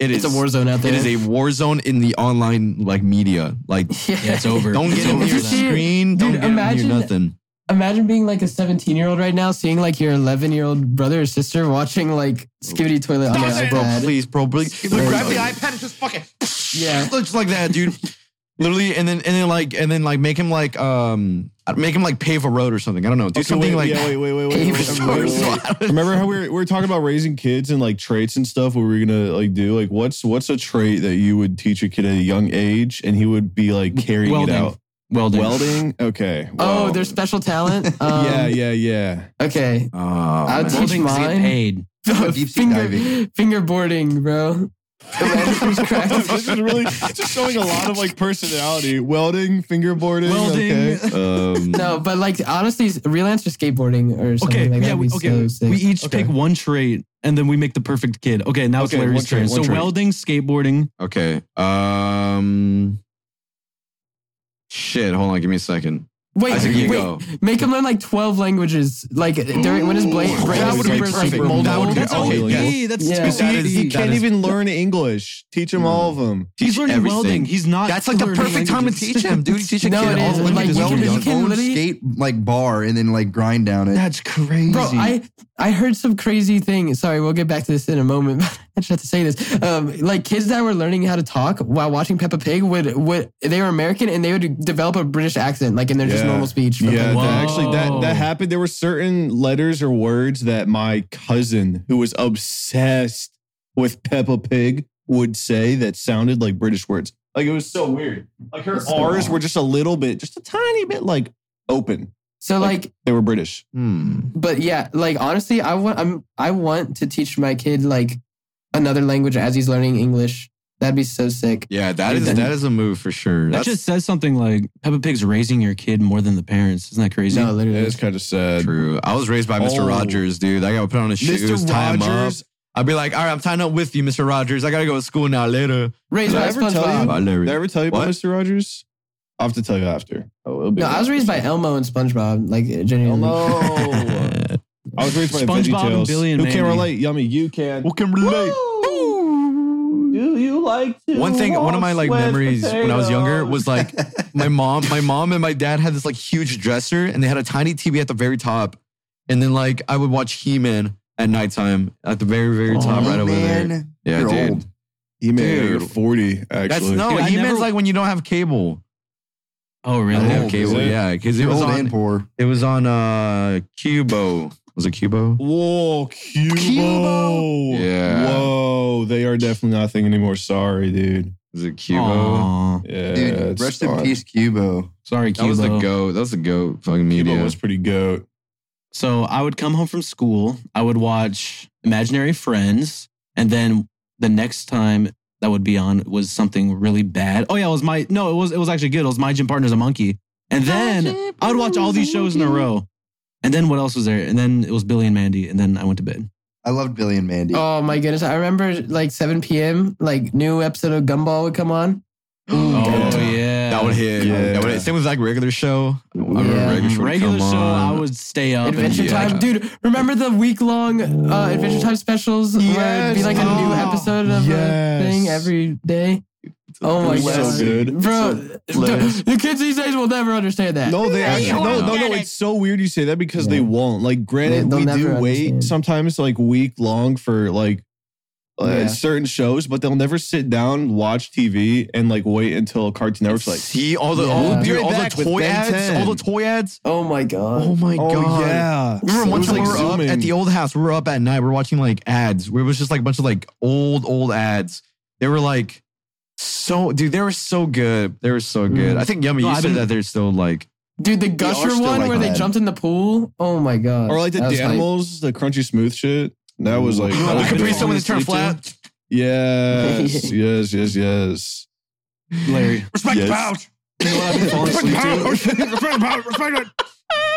A: it
B: It's
A: is
B: a war zone out there.
A: It is a war zone in the online like media. Like,
B: yeah,
D: over.
A: don't get in
B: over
A: your
B: for them.
A: screen. Don't
B: Dude,
A: get in
B: imagine-
A: your nothing.
B: [LAUGHS] Imagine being like a 17 year old right now, seeing like your 11 year old brother or sister watching like Skibidi Toilet on
A: Stop
B: their
A: it, bro,
B: iPad.
A: please, bro, please.
B: Bro.
A: Grab the iPad and just fucking
B: Yeah.
A: looks like that, dude. [LAUGHS] Literally, and then and then like and then like make him like um make him like pave a road or something. I don't know. Do
C: Okay,
A: something like
C: wait,
A: [LAUGHS]
C: yeah, wait, wait, wait, wait, wait,
B: Aim
C: wait,
B: for
C: wait, wait,
B: source.
C: [LAUGHS] wait. Remember how we were, we were talking about raising kids and like traits and stuff? What we were gonna like do? Like, what's what's a trait that you would teach a kid at a young age and he would be like carrying
D: Welding.
C: it out?
D: Welding.
C: Welding. Okay.
B: Oh,
C: wow.
B: their special talent.
F: [LAUGHS]
B: Um,
C: yeah, yeah, yeah.
B: Okay.
A: Oh,
B: I'll
A: man.
B: teach
D: Welding to get
B: mine. [LAUGHS]
D: paid.
F: deep sea
B: Finger,
F: diving.
B: fingerboarding, bro. Erasmus [LAUGHS]
C: [LAUGHS]
B: Craft.
C: this is really just showing a lot of like personality. Welding, fingerboarding.
D: Welding.
C: Okay.
A: [LAUGHS] Um,
B: No, but like honestly, real answer skateboarding or something
D: Okay,
B: like that.
D: yeah,
B: would
D: we,
B: be
D: okay.
B: so sick.
D: we each
C: Okay.
D: pick one trait and then we make the perfect kid. Okay,
C: Okay,
D: now it's
C: one
D: Larry's
C: trait,
D: turn.
C: one
D: So
C: trait.
D: welding, skateboarding.
A: okay. Um shit, hold on, give me a second.
B: wait,
A: Isaac,
B: wait,
A: you go.
B: make him learn like twelve languages. Like during when his bla- brain
A: Ooh, that
B: is
A: would be
B: super
A: perfect. Oh,
B: super-
A: That would be
D: that's
A: okay,
D: OD.
A: yeah.
D: That's
B: Yeah.
D: too
A: That
D: OD.
A: is-
C: He
A: that
C: can't
A: is-
C: even learn English. Teach him all of them.
D: He's learning
A: everything.
D: welding. He's not.
A: That's like the
D: learning
A: perfect time to
D: languages.
A: teach him, dude. You teach a
B: No,
A: kid
B: it
A: all
B: is.
A: the
B: Like,
A: languages.
B: you
A: well,
B: can- you
A: young.
B: can-
F: own
B: literally-
F: skate like bar and then like grind down it.
D: That's crazy.
B: Bro, I I heard some crazy thing. Sorry, we'll get back to this in a moment. [LAUGHS] but I just have to say this. Um, like kids that were learning how to talk while watching Peppa Pig would would they were American and they would develop a British accent like in their just
C: Yeah.
B: normal speech. from
C: Yeah,
B: Peppa
C: that
B: Pig.
C: actually that
D: Whoa.
C: that happened. There were certain letters or words that my cousin, who was obsessed with Peppa Pig, would say that sounded like British words. Like it was so weird. Like her R's were just a little bit, just a tiny bit like open.
B: So like
C: They were British.
A: Hmm.
B: but yeah, like honestly, I want I'm I want to teach my kid like another language as he's learning English. That'd be so sick.
A: Yeah, that is
B: Then-
A: that is a move for sure.
D: that
A: That's
D: just says something like Peppa Pig's raising your kid more than the parents. Isn't that crazy?
B: No, literally.
C: It's kind of sad.
A: true. I was raised by Mr.
C: Oh.
A: Rogers, dude. I gotta put on his shoes,
C: Mr.
A: tie him up.
C: Rogers.
A: I'd be like, all right, I'm tying up with you, Mr. Rogers. I gotta go to school now later.
B: Raised
C: Did I
B: by
C: ever tell you?
B: SpongeBob.
A: Bye, Larry.
C: Did I ever tell you about
A: What?
C: Mr. Rogers? I'll have to tell you after. Oh, it'll be
B: No, I was raised by
C: [LAUGHS]
B: Elmo and SpongeBob. Like genuinely.
C: Elmo. I was raised by
D: SpongeBob and
C: VeggieTales.
D: Billy and
C: Who can
D: Mandy.
C: relate? Yummy, you
A: [LAUGHS]
C: can.
A: Who can relate?
C: Do you like to?
A: One thing, one of my like memories when I was younger was like my mom, my mom and my dad had this like huge dresser and they had a tiny TV at the very top. And then like I would watch He-Man at nighttime at the very, very top right over there.
F: Man,
A: Yeah,
F: you're
A: dude.
F: old.
C: You
A: Dude.
C: you're 40, actually.
A: That's no,
D: Dude, I
A: He-Man's
D: never-
A: like when you don't have cable.
D: Oh,
A: I
D: really?
A: didn't have
F: old,
A: cable,
C: is it?
A: yeah. Cause it
F: You're
A: was
F: old and
A: on
F: poor.
A: it was on uh Cubo. Was it Cubo?
C: Whoa, Cubo.
F: Cubo?
A: Yeah.
C: Whoa, they are definitely not a thing anymore. Sorry, dude.
A: Was it Cubo?
D: Aw.
C: Yeah.
F: Dude,
C: it's
F: rest in
C: fine.
F: peace, Cubo.
D: Sorry,
A: That was the
D: Cubo.
A: goat. That was the goat fucking
C: Cubo
A: media.
C: was pretty goat.
D: So I would come home from school. I would watch Imaginary Friends, and then the next time that would be on was something really bad. Oh yeah, it was my no, it was it was actually good. It was My Gym Partner's a Monkey, and then I would watch all these shows in a row. And then what else was there? And then it was Billy and Mandy, and then I went to bed.
F: I loved Billy and Mandy.
B: Oh my goodness! I remember like 7 p.m. like new episode of Gumball would come on.
D: Oh yeah,
A: That would hit.
C: Yeah.
A: That would hit. Same with like regular show. I remember
B: Yeah.
A: regular show. would
D: regular
A: come
D: show. I
A: on.
D: would stay up. and-
B: Adventure
A: Yeah.
B: Time, dude. Remember the week long uh, Adventure Time specials where it'd be
C: Yes.
B: like a new
C: Oh,
B: episode of
C: yes.
B: a thing every day. Oh my
C: It was
B: god,
C: so good.
B: bro!
A: hilarious.
B: [LAUGHS] the kids these days will never understand that.
C: No, they
A: Yeah,
C: actually
A: you
C: no,
A: won't
C: no, no.
A: get
C: It's so weird you say that because they
B: Yeah.
C: won't. Like, granted,
B: they'll
C: we do
B: never
C: wait
B: understand.
C: sometimes like week long for like uh,
B: Yeah.
C: certain shows, but they'll never sit down, watch TV, and like wait until Cartoon Network's like,
A: see all the
B: Yeah.
A: all, dude,
C: Be right
A: all the
C: back with
A: toy
C: Ben
A: ads,
C: 10.
A: all the toy ads.
B: Oh my god.
A: Oh my god!
C: yeah,
A: Remember one
C: It was,
A: time
C: like,
A: we were
C: zooming.
A: up at the old house. We were up at night. We were watching like ads. Where it was just like a bunch of like old old ads. They were like so, dude. They were so good. They were so good.
B: Mm.
A: I think Yummy,
D: No,
A: you
D: I've
A: said
D: been-
A: that they're still like
B: Dude, the gusher
F: still
B: one
F: like
B: where they
F: that.
B: jumped in the pool. Oh my god.
C: Or like the
B: That was hype.
C: Danimals, the crunchy smooth shit. That was like that
A: I
C: was
A: could
C: dope.
A: be someone to turn
D: Sleep to?
A: flat.
C: Yes, yes, yes, yes.
B: [LAUGHS]
D: Larry.
A: Respect
C: Yes.
A: the pouch.
D: You know what I've been
A: [LAUGHS]
D: falling
A: Respect the
D: asleep
A: pouch.
D: to?
A: Respect the pouch. Respect it.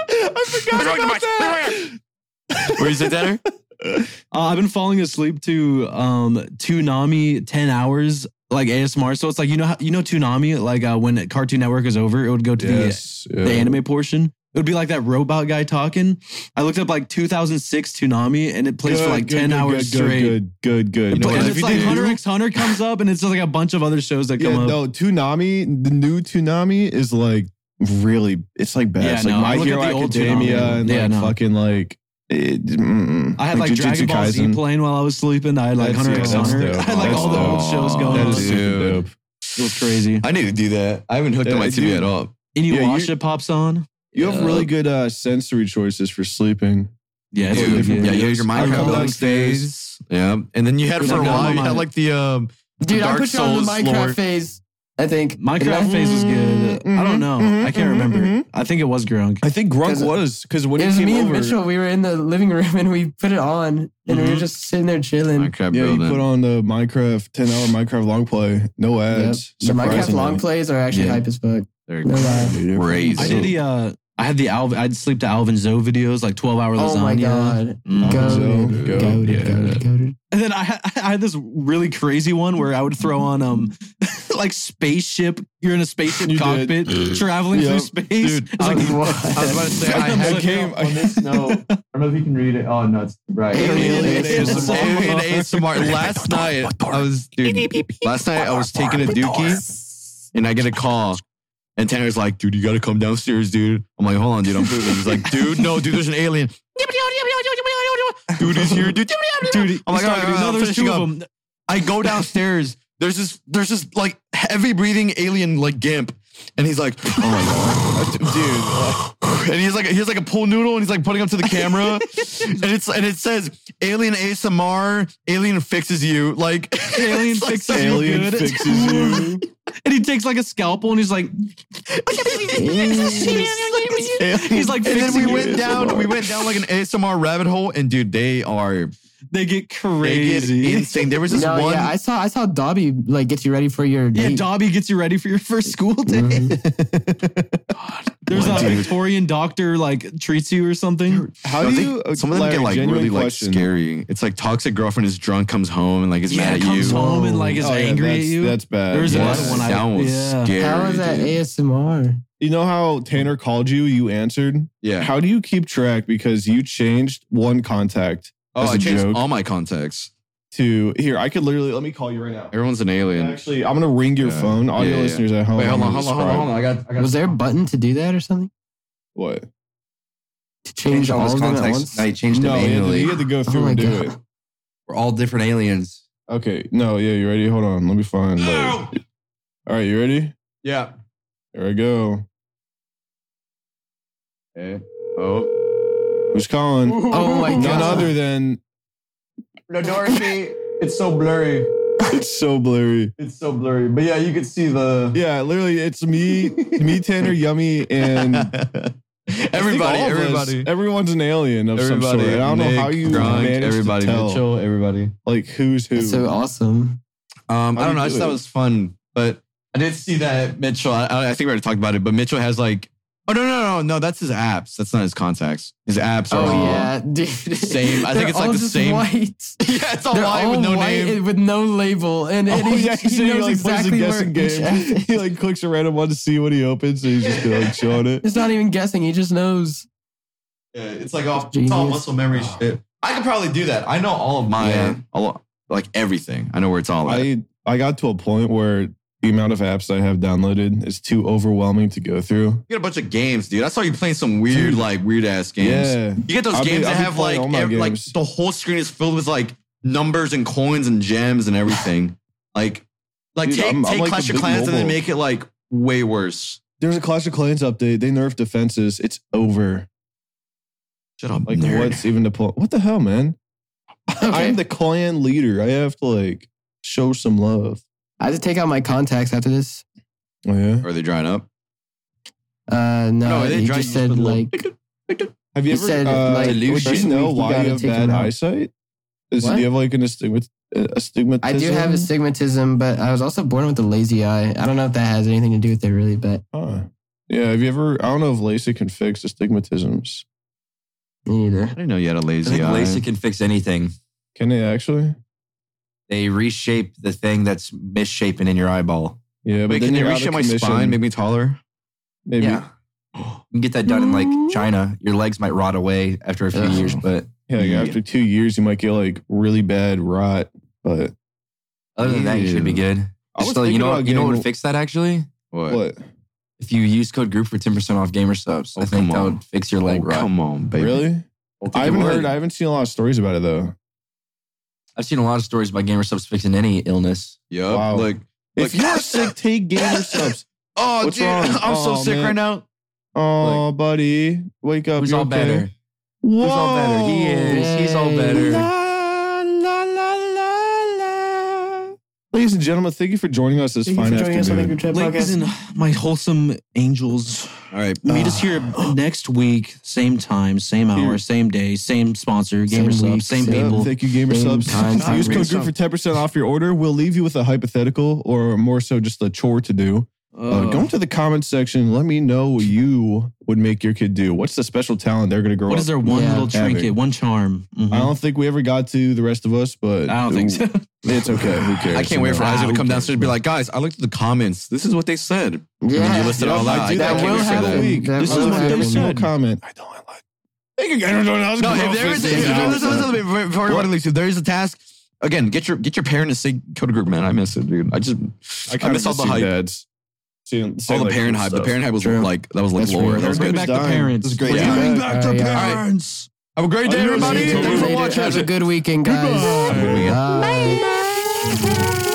C: I forgot
A: Respect the
C: about
A: pouch.
C: that.
E: Where is it dinner?
D: Uh, I've been falling asleep to um Toonami 10 hours like ASMR. So it's like you know how you know Toonami like uh, when Cartoon Network is over, it would go to
C: Yes,
D: the, the anime portion. It would be like that robot guy talking. I looked up like 2006 Toonami and it plays for like 10 hours
C: good,
D: straight.
C: Good, good, good.
A: You know
D: But
A: what?
D: and
A: If
D: it's
A: you
D: like
A: do-
D: Hunter x Hunter comes up and it's just like a bunch of other shows that come
C: yeah,
D: up.
C: no, Toonami, the new Toonami is like really, it's like bad.
D: Yeah,
C: it's like
D: no, I
C: My
D: look at
C: Hero
D: the old
C: Academia
D: Toonami.
C: and
D: Yeah,
C: like
D: no.
C: fucking like. It, mm-mm.
D: I had like,
C: Jujutsu
D: Dragon Ball Z
C: Kaisen.
D: playing while I was sleeping. I had like
C: That's-
D: Hunter x
C: yeah, that's
D: Hunter. [LAUGHS] I
C: dope.
D: had like
C: That's
D: all the
C: dope.
D: old shows going
C: That
D: on.
C: is super
A: Dude.
C: dope.
D: It was crazy.
A: I need to do that. I haven't hooked
C: Yeah,
A: on my
C: I
A: TV
C: do.
A: at all.
D: Inuyasha pops on.
C: You have
D: Yeah.
C: really good uh, sensory choices for sleeping.
D: Yeah, it's
C: Dude,
D: really good.
A: yeah, you had your
C: I
A: Minecraft
C: come
A: back
C: downstairs.
A: phase. Yeah, and then you had
D: Dude,
A: for a
D: I got
A: while. You
D: my-
A: had like the um,
B: Dude, I
A: Dark
B: put you on the
A: Souls
B: Minecraft
A: lore.
B: phase. I think
D: Minecraft phase
B: Mm-hmm.
D: was good. I don't know. I can't remember. I think it was Grunk.
C: I think
B: Cause-
C: Grunk was because when
B: It
C: he
B: was
C: came
B: me and
C: over,
B: Mitchell. We were in the living room and we put it on, and
A: Mm-hmm.
B: we were just sitting there chilling.
A: Minecraft
C: yeah, you
A: building.
C: put on the Minecraft ten hour Minecraft long play, no ads.
B: The Minecraft
C: surprisingly.
B: long plays are actually
C: Yeah.
B: hype as fuck.
A: They're
B: No lie.
C: Dude,
A: crazy.
D: I did the uh I had the Alvin I'd sleep to Alvin Zoe videos, like twelve hour lasagna.
B: Oh my god.
A: Mm.
B: Goated.
C: Go,
B: Goated.
A: yeah.
B: Goated. Goated.
D: And then I [LAUGHS] had, I had this really crazy one where I would throw on um [LAUGHS] like spaceship. You're in a spaceship
C: You did.
D: cockpit traveling
C: Yep.
D: through space. [LAUGHS]
C: Dude,
D: It's like
A: I was about to
D: [LAUGHS]
A: say I
D: Venom's
A: had
D: like-
C: came-
A: on [LAUGHS] this note. I don't know if you can read it. Oh no, it's right.
B: Alien
D: ASMR.
A: Alien ASMR. Last night I was dude. Last night I was taking a dookie, and I get a call, and Tanner's like, "Dude, you got to come downstairs, dude." I'm like, "Hold on, dude, I'm pooping." He's like, "Dude, no, dude, there's an alien." Dude, he's here, dude.
D: dude,
A: I'm like, "Oh, all right,
D: he's talking
A: all right,
D: to- no,
A: I'm
D: there's
A: finishing
D: two
A: up.
D: of them.
A: I go downstairs. There's this, there's this like heavy breathing alien like gimp, and he's like, oh my god, dude, and he's like, he's like a pool noodle, and he's like putting up to the camera, and it's and it says, alien ASMR, alien fixes you, like [LAUGHS]
D: Alien
A: it's like
D: fixes
A: so
D: you
C: Alien
D: good.
C: fixes you.
D: [LAUGHS] And he takes like a scalpel and he's like he's like
A: And then
D: fixing
A: we
D: you.
A: went down, we went down like an ASMR rabbit hole, and dude, they are
D: They
A: they get
D: get crazy.
A: insane. There was this
B: No,
A: one.
B: yeah, I saw I saw Dobby like get you ready for your
D: Yeah,
B: date.
D: Dobby gets you ready for your first school day.
B: Mm-hmm.
D: There's
A: One
D: a
A: dude.
D: Victorian doctor like treats you or something.
C: [LAUGHS] How
A: No,
C: do
A: they-
C: you? uh,
A: some of them
C: Larry,
A: get like
C: genuine
A: really like
C: question.
A: scary. It's like toxic girlfriend is drunk, comes home and like is mad at
D: comes
A: you.
D: home and like is
C: Oh, yeah,
D: angry at
C: that's-
D: you.
C: That's bad.
D: There's
C: yeah.
A: Yes,
D: another one I-
A: that one was
D: yeah.
A: scary.
B: How is that
A: dude.
B: ASMR?
C: You know how Tanner called you? You answered.
A: Yeah.
C: How do you keep track? Because you changed one contact
A: oh,
C: as
A: I
C: a
A: changed
C: joke
A: all my contacts.
C: to here. I could literally let me call you right now.
A: Everyone's an alien.
C: Actually, I'm gonna ring your
A: Yeah.
C: phone. Audio
A: Yeah, yeah,
C: listeners at home.
A: Wait, hold
C: I'm
A: on,
C: gonna
A: hold on, hold on, hold
C: describe-
A: on. I got, I got.
B: Was there a button to do that or something?
C: What?
B: To change all of them at once?
E: I changed
C: No,
E: them
C: you had, to,
E: manually.
C: you had to go
B: Oh
C: through
B: my
C: and do
B: god.
C: it.
E: We're all different aliens.
C: Okay. No. Yeah. You ready? Hold on. Let me find. like- all right. You ready?
A: Yeah.
C: Here I go. Eh,
A: Okay. Oh.
C: Who's calling?
B: Oh my
C: None
B: god.
A: [LAUGHS]
C: other than
A: No,
B: [LAUGHS]
A: Dorothy. it's so blurry.
C: it's so blurry.
A: It's so blurry. But yeah, you could see the.
C: Yeah, literally,
A: [LAUGHS]
C: it's me, me, Tanner, Yummy, and I think
A: everybody,
C: all of us.
A: everybody.
C: everyone's an alien of some
A: Everybody,
C: sort. And I don't know
A: Nick,
C: how you
A: Gronk,
C: manage
A: everybody,
C: to tell
A: Mitchell, everybody.
C: like who's who.
B: That's so awesome.
A: Um,
C: How
A: I
C: do
A: don't
C: you
A: know. I
C: do
A: just thought
C: it?
A: it was fun, but I did see that Mitchell. I, I think we already talked about it, but Mitchell has like, oh no, no, no, no. That's his apps. That's not his contacts. His apps are.
B: Oh,
A: all-
B: yeah, dude.
A: Same. I think
B: They're
A: it's like
B: all
A: the
B: just
A: same-
B: White.
A: [LAUGHS] yeah. It's all
B: They're
A: white
B: all
A: with no
B: white
A: name.
B: and with no label,
C: [LAUGHS]
B: and, and
C: Oh
B: he,
C: yeah,
B: he
C: so he,
B: knows
C: like
B: exactly
C: plays
B: where
C: a guessing
B: each [LAUGHS]
C: game. [LAUGHS]
B: app
C: he
B: is.
C: like clicks a random one to see what he opens, and he's just gonna like show on it.
B: It's not even guessing. He just knows.
A: Yeah, it's like all, it's all
B: Genius.
A: muscle memory
C: Ah.
A: shit. I could probably do that. I know all of my
E: Yeah.
A: all, like everything. I know where it's all at.
C: I I got to a point where the amount of apps I have downloaded is too overwhelming to go through.
A: you get a bunch of games, dude. I saw you playing some weird, like weird ass games.
C: Yeah.
A: You get those
C: I'll be-
A: games that
C: I'll be
A: have
C: playing
A: like
C: all my
A: ev- like
C: games.
A: the whole screen is filled with like numbers and coins and gems and everything. Like, like
C: Dude,
A: take,
C: I'm- I'm
A: take
C: like
A: Clash
C: the
A: of
C: big
A: Clans and then
C: mobile.
A: make it like way worse.
C: There's a Clash of Clans update. They nerfed defenses. It's over.
A: Shut up,
C: Like,
A: nerd.
C: what's even the point? What the hell, man? [LAUGHS]
B: Okay.
C: I'm the clan leader. I have to like show some love.
B: I had to take out my contacts after this.
C: Oh yeah.
A: Are they drying up?
B: Uh, no,
A: No, they
B: he
A: drive
B: just
A: you just
B: said
A: with a little-
B: like
C: [LAUGHS] Have you
B: He
C: ever
B: said,
C: uh,
B: like,
C: would you
B: delusion.
C: know
B: You
C: why
B: gotta
C: you have
B: take
C: bad
B: him out.
C: eyesight? Is, do
B: What?
C: you have like an astigmat astigmatism?
B: I do have astigmatism, but I was also born with a lazy eye. I don't know if that has anything to do with it really, but
C: Huh. Yeah, have you ever? I don't know if LASIK can fix astigmatisms.
B: me neither.
A: I didn't know you had a
E: I
A: lazy
E: think
A: eye.
E: LASIK can fix anything.
C: Can they actually?
E: They reshape the thing that's misshapen in your eyeball.
C: Yeah, but
A: Wait,
C: then
A: can they
C: you're out of
A: reshape my
C: commission.
A: spine, make me taller?
C: Maybe.
E: Yeah. You can get that done in like China. Your legs might rot away after a few
B: Ugh.
E: years, but
C: Yeah, like
A: Yeah.
C: after two years, you might get like really bad rot. But
E: other than that, you should be
A: Ew.
E: good.
C: I was
E: Still, you
C: thinking
E: know,
C: about
E: you know what
C: getting-
E: would fix that actually?
A: What?
C: what?
E: If you use code group for 10% off gamer subs,
A: Oh,
E: I think
A: come
E: that
A: on.
E: would fix your
A: Oh,
E: leg rot.
A: come on, baby.
C: Really?
E: think
C: I
E: it
C: haven't
E: would.
C: heard. I haven't seen a lot of stories about it though.
E: I've seen a lot of stories about gamer subs fixing any illness.
A: Yep.
C: Wow.
A: Like,
C: If
A: Like-
C: you're sick, take gamer subs.
A: oh,
C: What's
A: dude,
C: wrong?
A: I'm
C: Oh,
A: so sick
C: man.
A: right now.
C: Oh, buddy, wake up!
E: Who's
C: you
E: all
C: okay?
E: better? Who's all better? He is. He's all
B: Yay.
E: better.
C: La, la, la, la, la. Ladies and gentlemen, thank you for joining us this fine afternoon.
D: Ladies and my wholesome angels,
A: All right.
D: meet us here
C: Uh, [GASPS]
D: next week, same time, same hour, same day, same sponsor,
B: Same
D: gamer
B: week,
D: sub, same
B: same-
C: Yeah,
D: people.
C: thank you, gamer
B: Same
C: subs.
B: time, same
C: Use code
B: reason.
C: group for ten percent off your order. We'll leave you with a hypothetical, or more so, just a chore to do. Uh,
D: Uh,
C: go into the comments section. Let me know what you would make your kid do. What's the special talent they're going to grow
D: what
C: up?
D: is their one
B: Yeah.
D: little
C: Havoc.
D: trinket, one charm? Mhm.
C: I don't think we ever got to the rest of us, but
D: I don't think so.
C: It's okay. Who cares?
A: [LAUGHS] I can't wait for
D: Ah,
A: Isaac to
D: who
A: come
D: cares?
A: downstairs and be like, guys, I looked at the comments. This is what they said.
B: Yeah,
A: you listed
C: Yeah,
A: all
C: I
A: out.
C: do
A: I
C: that
A: can't
C: every
A: wait for
C: single
A: that.
C: week.
B: That
C: This is
B: will
C: what every
B: happen.
C: single comment. I don't like. Thank you, guys.
A: No, if there is, if there is, listen, listen, before before everybody leaves, if there is a task, again, get your get your parent to say code group, man. I miss it, dude. I just I,
C: kinda
A: miss all the
C: you
A: hype.
C: dads. Seeing-
A: all
C: saying,
A: the
C: like,
A: parent
C: cool
A: hype. The
C: stuff.
A: parent hype was
C: True.
A: like that was like
C: That's
A: lore.
C: real.
A: That was
D: Bring
A: good.
D: back the
C: Dying.
D: parents.
F: This is great.
D: Bring
F: Yeah.
D: back
B: Uh,
D: the
B: yeah.
D: parents.
A: Have a great day,
C: Adios,
A: everybody.
C: everybody.
A: Thanks for
B: Have
A: watching.
B: a good weekend, guys.
A: Goodbye.
B: Bye.